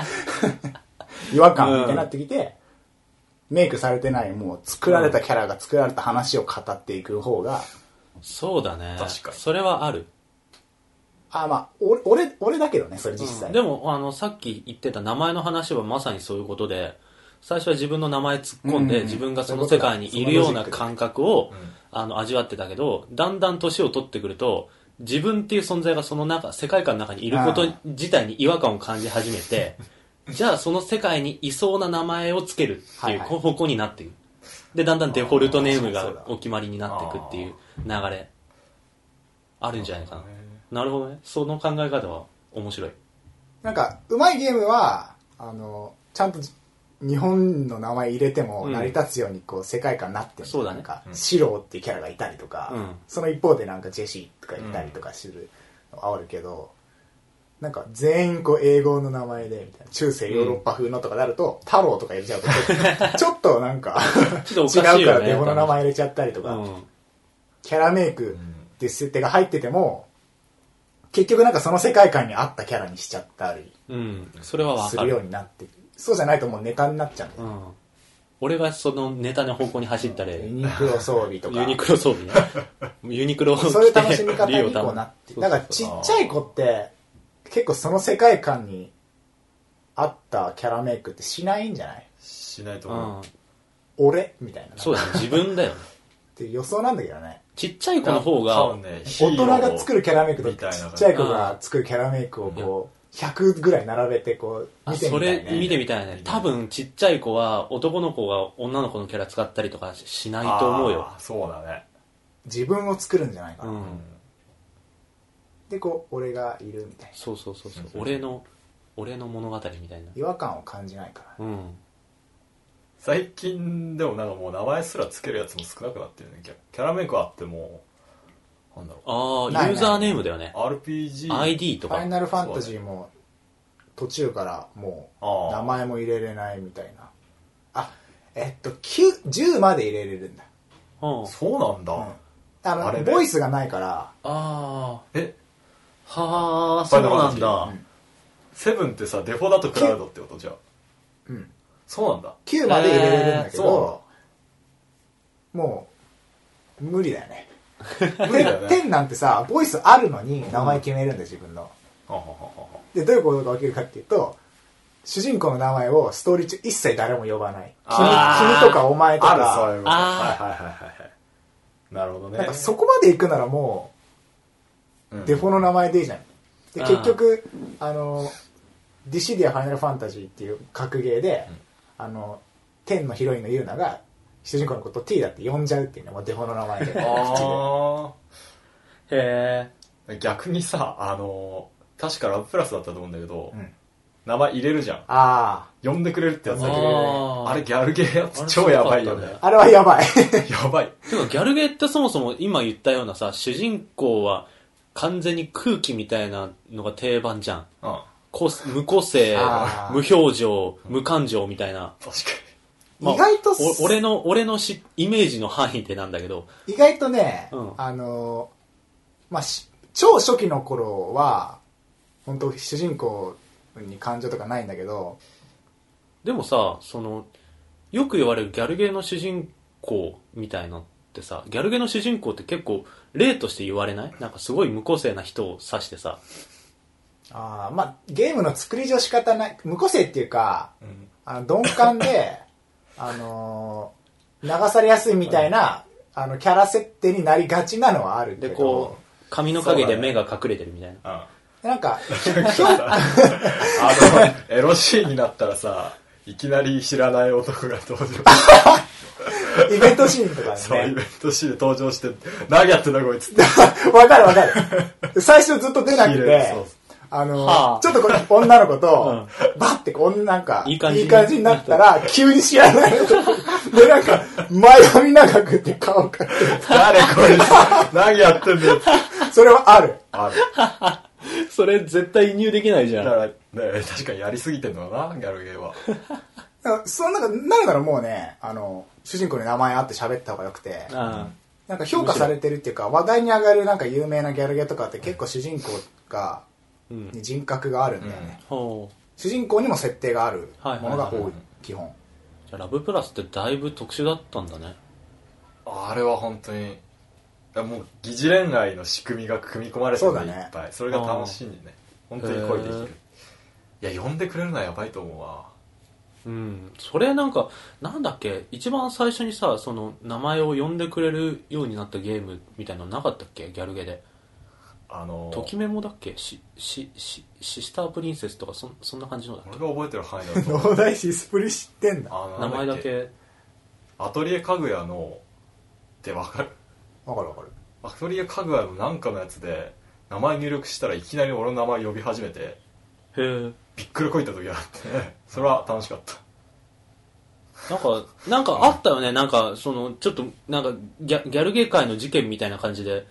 S2: きて、違和感みたいになってきて、メイクされてない、もう作られたキャラが作られた話を語っていく方が、
S3: そうだね。
S1: 確かに
S3: それはある。
S2: あ、まあ、俺、俺、俺だけどね、それ実際。
S3: でも、あの、さっき言ってた名前の話はまさにそういうことで、最初は自分の名前突っ込ん
S2: うんう
S3: で、
S2: ん
S3: 自分がその世界にいるような感覚を
S1: そういうことだ、
S3: あの、味わってたけど、だんだん年を取ってくると、自分っていう存在がその中、世界観の中にいること
S2: あ
S3: 自体に違和感を感じ始めて、じゃあその世界にいそうな名前をつけるって
S2: はいいうはい
S3: こう方向になっていく。で、だんだんデフォルトネーム
S2: あーそうだ
S3: がお決まりになっていくっていう流れ、あるんじゃないかな。なるほどね。その考え方は面白い。
S2: なんか、うまいゲームは、あの、ちゃんとじ日本の名前入れても
S3: うん
S2: 成り立つようにこう世界観になってる、
S3: そうだね
S2: なんか
S1: う、ん
S2: シローっていうキャラがいたりとか、
S3: うん
S2: その一方でなんかジェシーとかいたりとかするのあるけど、なんか全員こう英語の名前で、みたいな、中世ヨーロッパ風のとかなると、太郎とか入れちゃうと、 ちょっとなんか、
S3: ちょっとお
S2: 違
S3: かしいう
S2: か
S3: よ
S2: ら
S3: ね。
S2: デフォの名前入れちゃったりと
S3: う
S2: か、
S3: ん。
S2: キャラメイクっていう設定が入ってても、結局なんかその世界観に合ったキャラにしちゃったり、
S3: うん。それはわ
S2: す
S3: か
S2: るよ
S3: る。
S2: うになってるそうじゃないともうネタになっちゃうんだ
S3: う
S2: よ
S3: ん。俺がそのネタの方向に走ったり、
S2: ユ
S3: ユ
S2: ニクロ装備とか
S3: ニクロ装備ね。 ユニクロを着て、
S2: そういう楽しみ方
S3: リオ
S2: に
S3: タ
S2: こ
S3: ウ
S2: う
S3: ン
S2: なって
S3: そうそうそう
S2: だからちっちゃい子って結構その世界観に合ったキャラメイクってしないんじゃない
S1: しないと
S3: う
S1: 思
S3: ん
S1: う。。
S2: 俺みたいな
S3: そうだね。自分だよね。
S2: って予想なんだけどね
S3: ちっちゃい子の方
S1: 多
S3: が
S1: 分、ね、ヒ
S2: 大
S1: ーロ
S2: 人
S1: ー
S2: が作るキャラメイクと
S1: みたいな
S2: ち
S1: 感
S2: っ
S1: じ
S2: ちゃい子が作るキャラメイクをこう100ぐらい並べてこう
S3: あ
S2: 見て
S3: そ
S2: みたい
S3: れ見
S2: ね
S3: てみたいね。多分ちっちゃい子は男の子が女の子のキャラ使ったりとかしないと思うよ
S1: あ。ー。そうだね。
S2: 自分を作るんじゃないか
S3: う。
S2: なんでこう俺がいるみたいな
S3: そうそうそうそう。俺の、俺の物語みたいな。
S2: 違和感を感じないから
S3: うん。
S1: 最近でもなんかもう名前すらつけるやつも少なくなってるね。キャキャラメイクあっても、なんだろう。
S3: あ
S2: ないな
S3: あ、
S2: い
S3: ユーザーネームだよね。
S1: RPG。
S3: ID と
S2: ファ
S3: か
S2: イ。ナルファンタジーも途中からも
S1: あ
S2: う
S1: あ
S2: 名前も入れれないみたいなあえっと9 10まで入れれるんだ、
S3: うん。あ
S1: そうなんだ。
S2: あ
S1: あれ
S2: の
S1: ね
S2: ボイスがないから
S3: あー。
S1: え、
S3: はあ、
S1: ファ
S3: そう
S1: イナルファン
S3: な
S1: タ
S3: ん
S1: ジー
S3: だ。
S1: セブンってさ、デフォだとクラウドってことじゃん。
S2: うん
S1: そうなんだ。
S2: 9まで入れれるんだ
S1: え
S2: け
S1: ーそ
S2: ど、もう無理だよね
S1: 無理だよね
S2: 天なんてさボイスあるのに名前決めるんだよ自分の
S1: はははは
S2: でどういうことが起きるかっていうと主人公の名前をストーリー中一切誰も呼ばない君
S3: あー
S2: 君とかお前と
S1: ある
S2: か
S1: そういうこと。
S3: あ
S1: はいはいはいはいはい。なるほどね。
S2: なんかそこまで行くならも
S1: うん
S2: うデフォの名前でいいじゃん。で、
S3: あー
S2: 結局、あの、ディシディア・ファイナルファンタジーっていう格ゲーで、あの、天のヒロインのユーナが、主人公のことを T だって呼んじゃうっていうのもうデフォの名前で。口で
S1: あ
S3: へえ。
S1: ー逆にさ、あのー確かラブプラスだったと思うんだけど、
S2: うん
S1: 名前入れるじゃん。
S2: あ
S1: 呼んでくれるってやつだけ
S2: あ
S1: ど、
S2: ー
S1: あれギャルゲーやつ超やばいよ
S3: あれす
S1: ね
S2: あ。。あれはやばい。
S1: やばい。
S3: てか、ギャルゲーってそもそも今言ったようなさ、主人公は完全に空気みたいなのが定番じゃん。
S1: うん。
S3: こ 無個性
S2: あ、ー
S3: 無表情、無感情みたいな。
S1: 確
S3: まあ
S2: 意外と
S3: お俺の、俺のしイメージの範囲でなんだけど、
S2: 意外とね、
S3: うん
S2: あのーまあ、し超初期の頃は、本当主人公に感情とかないんだけど、
S3: でもさ、その、よく言われるギャルゲーの主人公みたいのってさ、ギャルゲーの主人公って結構例として言われないなんかすごい無個性な人を指してさ、
S2: あーまあ、ゲームの作り上仕方ない、無個性っていうか、
S1: かに。うん。
S2: あの鈍感で、あのー流されやすいみたいな、あの、キャラ設定になりがちなのはあるけ
S3: で、
S2: ど、
S3: こう、髪の陰で目が隠れてるみたいな。
S1: あ
S2: なんか、
S1: の、エロシーンになったらさ、いきなり知らない男が登場して、
S2: イベントシーンとか
S1: そう、イ
S2: ね
S1: ベントシーンで登場して、何やってんだこいつって。
S2: わかるわかる。最初ずっと出なく
S1: 切れるそ
S2: て
S1: う、
S2: あの、
S3: はあ
S2: ちょっとこれ女の子と、バッてこう、なんか、
S3: いい感じに
S2: になったら、急に知らない男で、なんか、前髪長くって顔かって、
S1: 誰こいつ何やってんだよって。
S2: それはある。
S1: ある。
S3: それ絶対移入できないじ
S1: だか。ら、ね、確かにやりすぎてんのかな、ギャルゲーは。
S2: だからその中、なるならもうね、あの、主人公に名前あって喋った方がよくて、
S3: あ
S2: なんか評価されてるっていうか、話題に上がるなんか有名なギャルゲーとかって結構主人公が、
S3: あ。うん。
S2: に人格があるんだよね。
S3: ほう。
S2: 主人公にも設定があるものが
S3: はいはい
S2: 多、
S3: はい
S2: 基本。
S3: じゃあラブプラスってだいぶ特殊だったんだね。
S1: あれは本当に、いやもう疑似恋愛の仕組みが組み込まれてる
S2: そうだね
S1: いっぱい。それが楽しいんでね。本当に恋できる。いや、呼んでくれるのはやばいと思うわ。
S3: うん。それなんか、なんだっけ、一番最初にさ、その、名前を呼んでくれるようになったゲームみたいなのなかったっけギャルゲで。
S1: あの、
S3: ときメモだっけし、し、し、シスタープリンセスとか、そん、そんな感じのだっけ
S1: 俺が覚えてる範囲だと、
S2: 脳大師スプリ知ってんだ。
S1: あの
S3: 名前だ。け。
S1: アトリエ家具屋の、ってわかる
S2: わかるわかる。
S1: アトリエ家具屋のなんかのやつで、名前入力したらいきなり俺の名前呼び始めて、
S3: へえ。
S1: びっくりこいた時があっ て、それは楽しかった。
S3: なんか、なんかあったよね。なんか、その、ちょっと、なんかギャ、ギャルゲー界の事件みたいな感じで、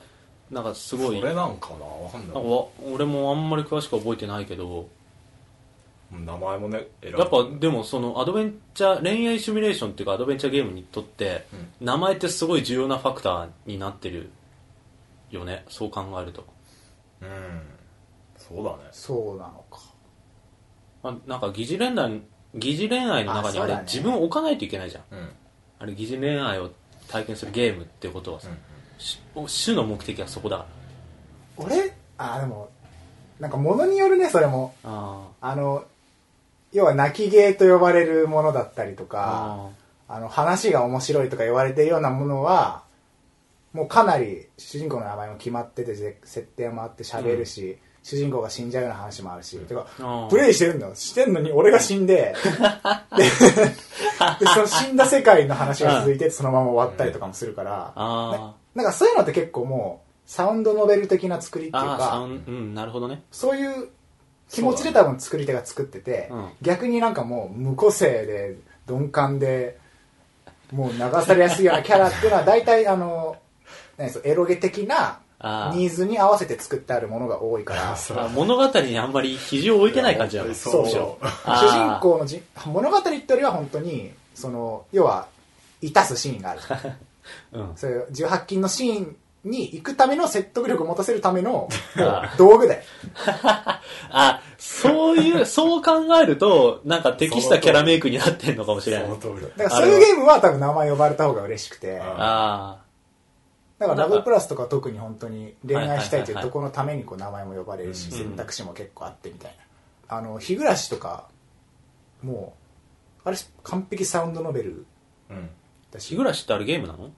S3: なんかすごい。
S1: それなんかなわかん
S3: な
S1: なんい
S3: か。わ俺もあんまり詳しく覚えてないけど
S1: 名前もね、選ぶ
S3: やっぱでもそのアドベンチャー恋愛シミュレーションっていうかアドベンチャーゲームにとって、名前ってすごい重要なファクターになってるよねそう考えると
S1: うん。そうだね。
S2: そうなのか。
S3: あなんか疑似恋愛疑似恋愛の中に
S2: あそ
S3: あ
S2: う
S3: れ
S2: だね
S3: 自分を置かないといけないじゃん
S1: うん。
S3: あれ疑似恋愛を体験するゲームってことはさ、し主の目的はそこだから
S2: 俺、あ、でも、なんか物によるね、それも。
S3: あ
S2: あの、要は泣き芸と呼ばれるものだったりと
S3: ー
S2: か、
S3: あ
S2: あの、話が面白いとか言われてるようなものは、もうかなり主人公の名前も決まってて、ぜ設定もあって喋るし、主人公が死んじゃうような話もあるし、てか
S3: あー、
S2: プレイしてるのしてんのに俺が死ん で、で でその死んだ世界の話が続いて、そのまま終わったりとかもするから、
S3: あ
S2: なんかそういうのって結構もう、サウンドノベル的な作りっていう
S3: ああサ
S2: か、
S3: ウンうんなるほどね
S2: そういう気持ちで多分作り手が作ってて、
S3: うん
S2: 逆になんかもう無個性で、鈍感で、もう流されやすいようなキャラっていうのは大体あの、何そうエロゲ的な
S3: あー
S2: ニーズに合わせて作ってあるものが多いから、主
S3: あ物語にあんまり比重を置いてない感じだもん
S1: そう
S2: そう
S1: そ。
S2: そう
S3: あー
S2: 人公のじ物語ってよりは本当に、その、要は、いたすシーンがあ る。
S3: うん
S2: そういう18禁のシーンに行くための説得力を持たせるための
S3: あ
S2: 道具だよ。
S3: あ、そういう、 そう考えると、なんか適したキャラメイクになってんのかもしれない。
S1: その通り
S2: だからそういうゲームは多分名前呼ばれた方が嬉しくて、
S1: あ
S2: だ
S3: あ
S2: からラブプラスとかは特に本当に恋愛したいという
S3: はいはいはいはい
S2: とこのためにこう名前も呼ばれるし、
S3: うん
S2: 選択肢も結構あってみたいな。あの、日暮らしとか、もう、あれ完璧サウンドノベル
S1: うん。
S2: だ
S3: ー、日
S2: し、
S3: 暮らしってあれゲームなの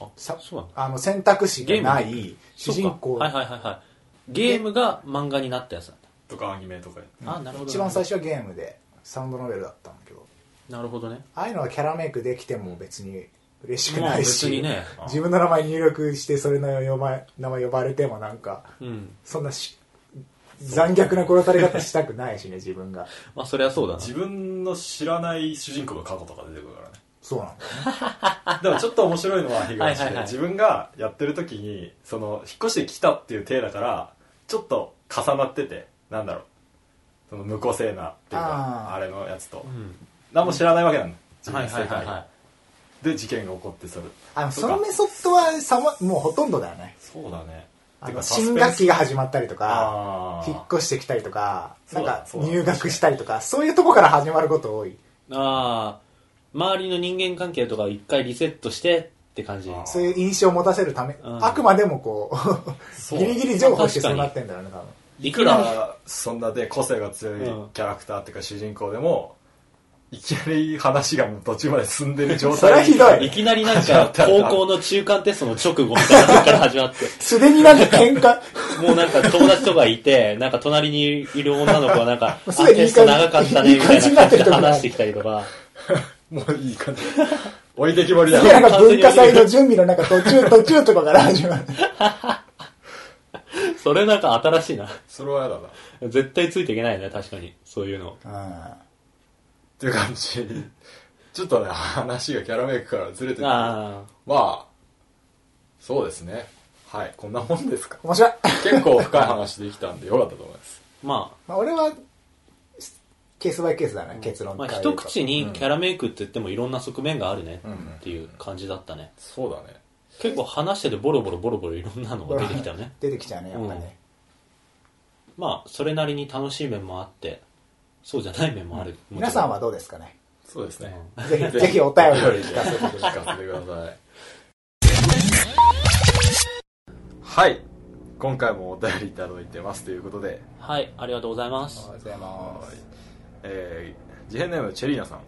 S3: あ、
S2: さ
S3: そうなの
S2: あの選択肢がな
S3: ゲー
S2: い主人
S3: そう
S2: 公
S3: か、はいはいはいはい。ゲームが漫画になったやつなんだ。
S1: とかアニメとかで。
S3: あ、なるほど。
S2: 一番最初はゲームでサウンドノベルだったんだけど、
S3: なるほどね。
S2: ああいうのはキャラメイクできても別に嬉しく
S3: まあ
S2: ないし、
S3: 別にね。
S2: 自分の名前入力してそれの名前名前呼ばれてもなんか
S3: うん。
S2: そんなし残虐な殺され方したくないしね、自分が。
S3: まあ、そりゃそうだな。
S1: 自分の知らない主人公の過去とか出てくるからね
S2: そうなんだよね。
S1: でもちょっと面白いのは東で、
S3: はいはいはい
S1: 自分がやってる時にその引っ越してきたっていう体だからちょっと重なっててなんだろうその無個性なっていうか
S2: あ
S1: あ
S2: ー
S1: れのやつと
S3: うん。
S1: 何も知らないわけなんだ自分
S3: は
S1: の
S3: い
S1: 世
S3: はい
S1: 界、
S3: はいはい。
S1: で事件が起こってそれ
S2: あの、そのメソッドはさま、もうほとんどだよね。
S1: そうだね
S2: あ
S1: て
S2: の
S1: か
S2: 新学期
S1: が
S2: が始まったりとか、
S1: あ
S2: 引っ越してきたりとか、
S1: そ
S2: なん
S1: うだ
S2: か
S1: そうだ
S2: 入学したりとか、そういうとこから始まること多い。
S3: ああ、周りの人間関係とかを一回リセットしてって感じ。
S1: あー
S2: そういう印象を持たせるため、
S3: うん
S2: あくまでもこ、
S1: そうう
S2: ギリギリ情報してそうなってんだろうね、多分。
S1: いくらそんなで個性が強いキャラクターっていうか主人公でもいきなり話がもう途中まで進んでる状態
S2: それはひどい
S3: いきな りなんか、高校の中間テストの直後みたいなのから始まって、
S2: すでになんか喧嘩、
S3: もうなんか友達とかいて、なんか隣にいる女の子はなんか、あ、
S2: すでにい
S3: テ
S2: い
S3: スト
S2: 感じ
S3: 長かったね、みたい
S2: いい感じに
S3: な
S2: なって
S3: 感
S2: る
S3: じで
S2: とこない
S3: 話してきたりとか、
S1: もういい感じ置いてきぼりだ
S2: すげえなんか文化祭の準備のなんか途中、 途中とかから始まる。
S3: それなんか新しいな。
S1: それはやだなっ
S3: 絶対ついていけないね、確かに。そういうの。
S2: う
S1: ていう感じちょっとね話がキャラメイクからずれててま
S3: あ
S1: あそうですねはいこんなもんですか
S2: ん。面白い。
S1: 結構深い話できたんでよかったと思います
S3: あ、ま
S2: まあ、俺は、ケースバイケースだね、結
S3: あ、
S2: 論
S3: ま
S2: か
S3: あ
S2: ら言うと
S3: 一口にキャラメイクって言ってもいろんな側面があるね、っていう感じだったね。
S1: そうだね
S3: 結構話しててボロボロボロボロいろんなのが出てきたよね。
S2: 出てきちゃうね、やっぱね。
S3: まあ、それなりに楽しい面もあって、そうじゃない面もある。もちろ
S2: 皆さんはどうですかね
S1: そうですね
S2: ぜひ、ぜひお便りを聞かせてくだ
S1: 聞
S2: さい。
S1: かせてくださいはい今回もお便りいただいてますということで、
S3: はい、ありがとうございます
S2: おは。ようございます。
S1: えー、自閉ネームチェリーナさん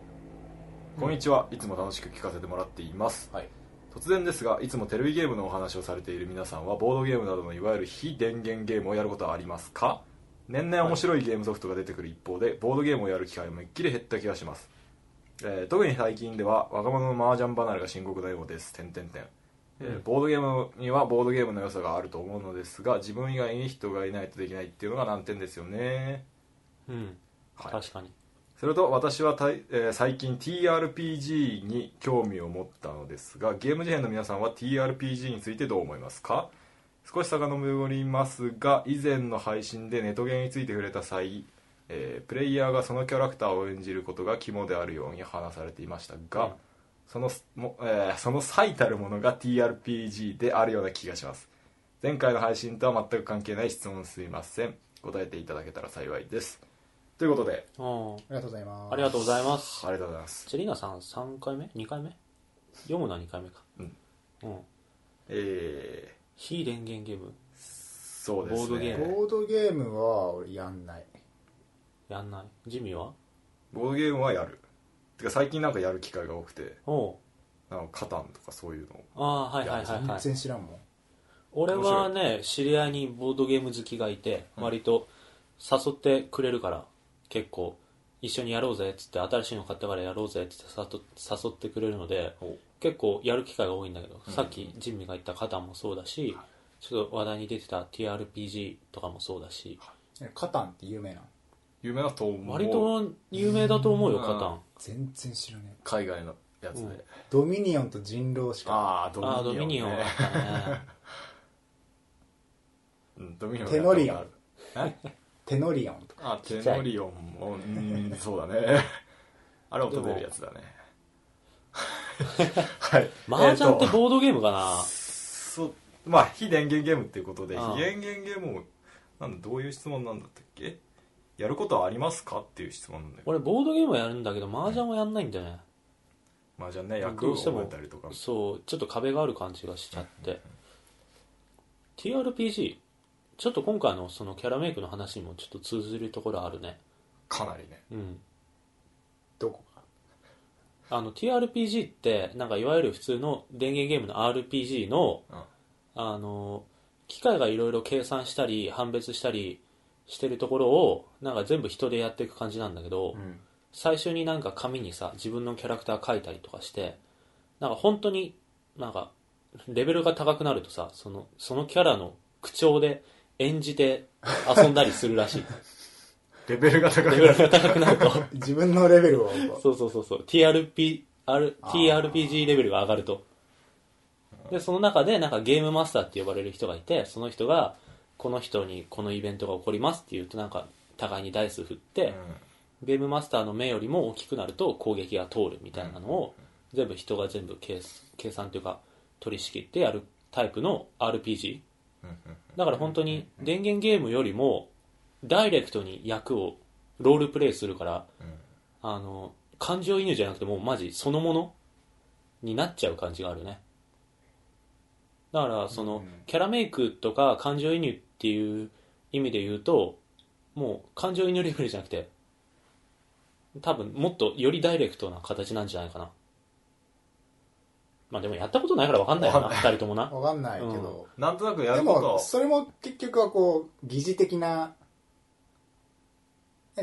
S1: こんにちは、いつも楽しく聞かせてもらっています、
S2: はい
S1: 突然ですがいつもテレビゲームのお話をされている皆さんはボードゲームなどのいわゆる非電源ゲームをやることはありますか年々面白いゲームソフトが出てくる一方でボードゲームをやる機会も一気に減った気がしますえー特に最近では若者の麻雀離れが深刻なようです点々点えーボードゲームにはボードゲームの良さがあると思うのですが自分以外に人がいないとできないっていうのが難点ですよね
S3: うん、
S1: はい
S3: 確かに。
S1: それと私はたい、えー最近 TRPG に興味を持ったのですがゲーム事変の皆さんは TRPG についてどう思いますか少し遡りますが以前の配信でネトゲについて触れた際、えープレイヤーがそのキャラクターを演じることが肝であるように話されていましたが、
S3: うん
S1: そのも、えーその最たるものが TRPG であるような気がします前回の配信とは全く関係ない質問すいません答えていただけたら幸いですということで
S3: うん
S2: ありがとうございます。
S3: ありがとうございます。
S1: ありがとうございます
S3: チェリーナさん、3回目 ?2 回目読むのは2回目か。
S1: うん。
S3: うん。
S1: え
S3: 非電源ゲーム、
S1: ー、そうですね
S3: ボードゲー
S2: ボードゲームは俺やんない。
S3: やんない。ジミーは
S1: ボードゲームはやるてか最近なんかやる機会が多くて
S3: おう。
S1: なんかカタンとかそういうの
S3: ああー、はいはいはい
S2: 全
S3: はい。
S2: 然知らんもん。
S3: 俺はね、知り合いにボードゲーム好きがいて、割と誘ってくれるから、結構、一緒にやろうぜっつって、新しいの買ったからやろうぜっつって誘誘ってくれるので、結構やる機会が多いんだけど、さっきジミーが言った方もそうだし、ちょっと話題に出てた TRPG とかもそうだし、
S2: えカタンって有名なの
S1: 有名だと思う
S3: 割と有名だと思うよ、カタン。
S2: 全然知らねえ。
S1: 海外のやつで、
S3: うん
S2: ドミニオンと人狼しか。
S1: ああ
S3: ああ、
S1: ド
S3: ド
S1: ミ
S3: ミ
S1: ニ
S3: ニ
S1: オ
S3: オ
S1: ン
S3: ン
S1: ね
S3: だ ったね。
S1: うんドミニオン
S2: テノリオン
S1: やったことあるえ
S2: テノリオンとか。
S1: あ
S2: っちゃ
S1: テ
S2: い
S1: ノリオンもうんそうだ ねあれも飛べるやつだね はい
S3: 麻雀って
S1: えーと
S3: ボードゲームかな
S1: そうまあ非電源ゲームっていうことで
S3: ああ
S1: 非電源ゲームをなんだどういう質問なんだったっけやることはありますかっていう質問なんだけど
S3: 俺、ボードゲームはやるんだけど、麻雀はやんないんだよね。
S1: まあじゃあね役
S3: ど
S1: を
S3: うして
S1: 覚
S3: も
S1: えたりとか
S3: そう、ちょっと壁がある感じがしちゃって。TRPG、ちょっと今回のそのキャラメイクの話にもちょっと通ずるところあるね。
S1: かなりね
S3: うん。
S2: どこか。
S3: あの、TRPG って、なんかいわゆる普通の電源ゲームの RPG の、
S1: うん
S3: あの、機械がいろいろ計算したり、判別したりしてるところを、なんか全部人でやっていく感じなんだけど、
S2: ん
S3: 最初になんか紙にさ、自分のキャラクター書いたりとかして、なんか本当に、なんか、レベルが高くなるとさ、その、そのキャラの口調で演じて遊んだりするらしい。
S1: レベルが高くな
S3: レベル
S1: る。
S3: が高くなると。
S2: 自分のレベルを。
S3: そうそうそうそう。TRP、R、
S2: あー
S3: TRPG レベルが上がると。で、その中で、なんかゲームマスターって呼ばれる人がいて、その人が、この人にこのイベントが起こりますって言うと、なんか、互いにダイス振って、ゲームマスターの目よりも大きくなると攻撃が通るみたいなのを、全部人が全部計計算というか、取り仕切ってやるタイプの RPG。
S1: うんうん
S3: だから本当に電源ゲームよりもダイレクトに役をロールプレイするから、あの感情移入じゃなくてもうマジそのものになっちゃう感じがあるねだからその、キャラメイクとか感情移入っていう意味で言うともう感情移入レベルじゃなくて多分もっとよりダイレクトな形なんじゃないかなまあでもやったことないから分かんないよな2人ともな
S2: わかんないけど。
S1: なんとなくや
S2: で
S1: ること
S2: も、それも結局はこう、疑似的な、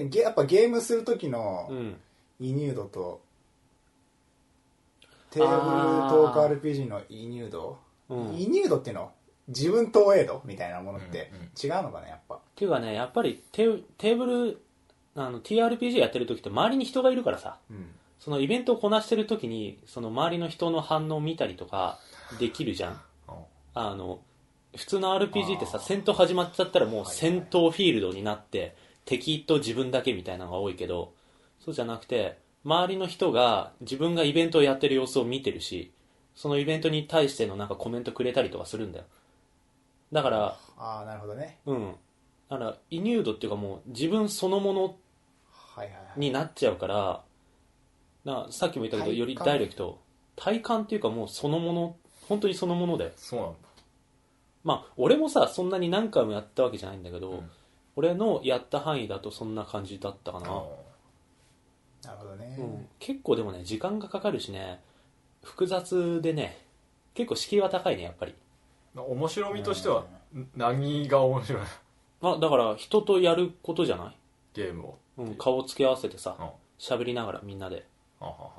S2: ゲやっぱゲームする時の
S3: うん
S2: 移入度と、テーブルトーク RPG の移入度、
S3: うん
S2: 移入度っていうの自分投影度みたいなものって
S1: うんうん
S2: 違うのかな、やっぱ。
S3: っていうかねやっぱりテーテーブルあの TRPG やってる時って周りに人がいるからさ
S2: うん
S3: そのイベントをこなしてる時にその周りの人の反応を見たりとかできるじゃんあの普通の RPG ってさ
S2: あー
S3: 戦闘始まっちゃったらもう
S2: はいはい
S3: 戦闘フィールドになって敵と自分だけみたいなのが多いけどそうじゃなくて周りの人が自分がイベントをやってる様子を見てるしそのイベントに対してのなんかコメントくれたりとかするんだよだから
S2: ああ、なるほどね。
S3: うん。だから、移入度っていうかもう自分そのもの
S2: はいはいはい。
S3: になっちゃうから、なさっきも言ったけ
S2: 体感
S3: ど、よりダイレクト。体感っていうかもうそのもの、本当にそのものだよ。
S1: そうなんだ。
S3: まあ、俺もさ、そんなに何回もやったわけじゃないんだけど、
S1: うん
S3: 俺のやった範囲だとそんな感じだったかな。
S2: なるほど
S3: う
S2: ね
S3: ん。、結構でもね、時間がかかるしね、複雑でね、結構敷居は高いね、やっぱり。
S1: 面白みとしては、何が面白い
S3: まあ、だから、人とやることじゃない
S1: ゲームを。
S3: うん、顔つけ合わせて
S1: うん
S3: さ、
S1: は
S3: 喋りながらみんなで。
S1: はは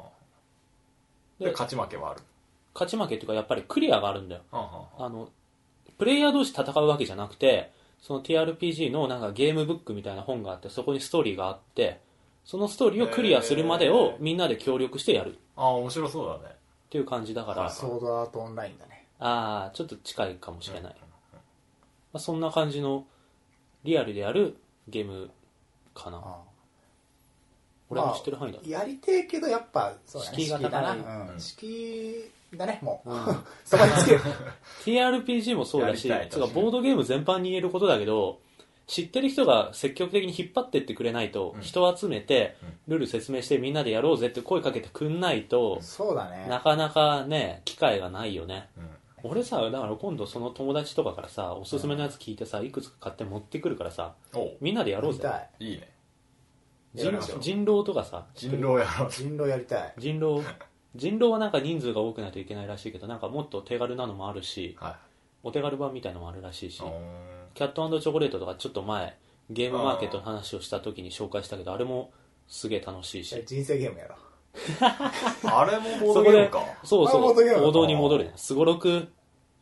S3: で
S1: で、勝ち負けはある。
S3: 勝ち負けっていうか、やっぱりクリアがあるんだよ。
S1: ははは
S3: あの、プレイヤー同士戦うわけじゃなくて、その TRPG のなんかゲームブックみたいな本があって、そこにストーリーがあって、そのストーリーをクリアするまでを
S1: へー
S3: みんなで協力してやるっ
S1: ああ、面白そうだね。
S3: ていう感じだから、
S1: は
S3: あ
S1: い
S2: ソードアートオンラインだね。
S3: あー、ちょっと近いかもしれない。まあ、そんな感じのリアルでやるゲームかな。
S2: ああ
S3: 俺の知ってる範囲だ。
S2: やりてえけどやっぱそうだね
S3: 敷居が高い
S2: だな
S1: う
S2: うんん敷居だねもう、
S3: うん
S2: そこにつ ける
S3: TRPG もそうだし、
S1: やりたい
S3: つうか
S1: 確かに
S3: ボードゲーム全般に言えることだけど、知ってる人が積極的に引っ張ってってくれないと、
S1: うん
S3: 人を集めて
S1: うん、
S3: ルール説明してみんなでやろうぜって声かけてくんないと、
S2: そうだね
S3: なかなかね、機会がないよね。
S1: うん
S3: 俺さ、だから今度その友達とかからさ、おすすめのやつ聞いてさ、いくつか買って持ってくるからさ、
S1: おう
S3: みんなでやろう
S2: やり
S3: ぜ。
S2: たい
S1: いいね。やり
S3: 人
S1: ましょう
S3: 人狼とかさ、
S1: 人狼やろう。
S2: 人狼やりたい
S3: 人狼、人狼はなんか人数が多くないといけないらしいけど、なんかもっと手軽なのもあるし、
S1: は
S3: お手軽版みたいのもあるらしいし
S1: い。う、ん
S3: キャットチョコレートとかちょっと前ゲームマーケットの話をした時に紹介したけどあれもすげえ楽しいし
S2: 人生ゲームやろ
S1: あれもボードゲームか。
S3: そうそ
S2: あボードゲーム
S3: う
S2: だ
S3: 王道に戻るねすごろく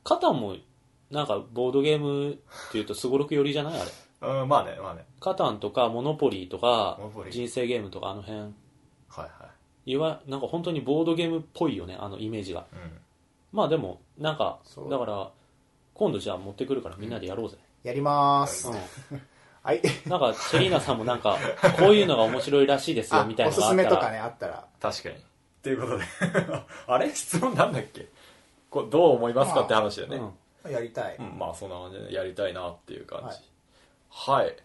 S3: カタンもなんかボードゲームっていうとすごろく寄りじゃないあれ
S1: うん、まあね、まあね。
S3: カタンとかモノポリーとか
S1: モノポリー
S3: 人生ゲームとかあの辺
S1: はい
S3: わなんか本当にボードゲームっぽいよねあのイメージが
S1: いはい。うん。
S3: まあでもなんか
S2: そう
S3: だから今度じゃあ持ってくるからみんなでやろうぜ、
S2: やりまーす、
S3: うん
S2: はい
S3: なんか、シェリーナさんもなんか、こういうのが面白いらしいですよ、
S2: あ
S3: みたい
S2: お
S3: な
S2: す
S3: のが
S2: す
S3: あった
S2: め
S3: ら。
S2: とかねあったら
S1: 確かに。ということで。 あれ質問なんだっけこうどう思いますかって話だよね。
S3: うん
S2: やりたい、
S1: うん、まあそんな感じでやりたいなっていう感じ
S2: はい
S1: はい、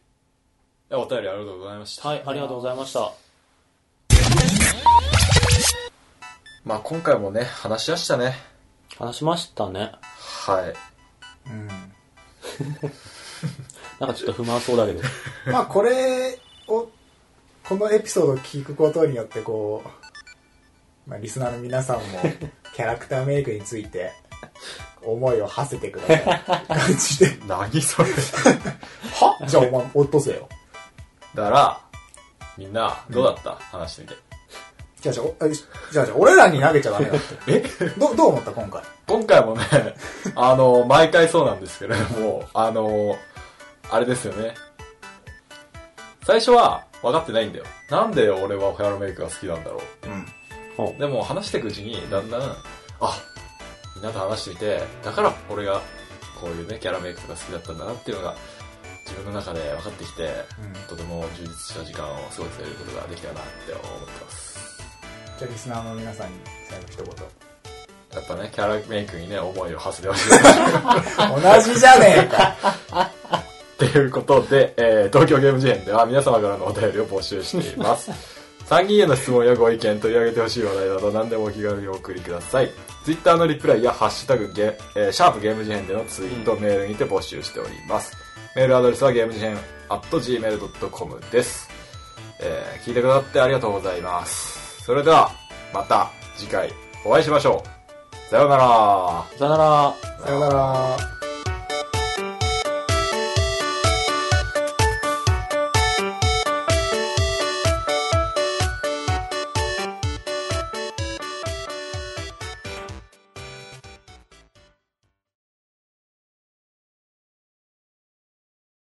S1: えお便りありがとうございました、
S3: はい、ありがとうございました。
S1: まあ今回もね話しましたね
S3: 話しましたね。
S1: はい
S2: うん
S3: なんかちょっと不満そうだけど。
S2: まあこれをこのエピソードを聞くことによってこう、まあ、リスナーの皆さんもキャラクターメイクについて思いを馳せてくださいって感じで
S1: 何それ
S2: はじゃあお前落とせよ
S1: だからみんなどうだった、話してみて
S2: じゃあじゃあおえじゃあじゃあ俺らに投げちゃダメだって。
S1: え
S2: ど、どう思った今回。
S1: 今回もねあの毎回そうなんですけれどもあのあれですよね。最初は分かってないんだよ。なんで俺はヘアメイクが好きなんだろ
S2: うん。
S1: う。でも話していくうちに、だんだん、あ、みんなと話してみて、だから俺がこういうね、キャラメイクとか好きだったんだなっていうのが、自分の中で分かってきて、
S2: うん
S1: とても充実した時間を過ごせることができたなって思ってます。
S2: じゃあリスナーの皆さんに最後一言。
S1: やっぱね、キャラメイクにね、思いを馳せてほしい。
S2: 同じじゃねえか。
S1: ということで、えー東京ゲーム事変では皆様からのお便りを募集してい ます。参議院への質問やご意見、取り上げてほしい話題など何でもお気軽にお送りください。ツイッターのリプライやハッシュタグゲ、えーシャープゲーム事変でのツイート、メールにて募集しております。メールアドレスはゲーム事変 at gmail.com です。えー聞いてくださってありがとうございます。それでは、また次回お会いしましょう。さようなら。
S3: さよなら。
S2: さよなら。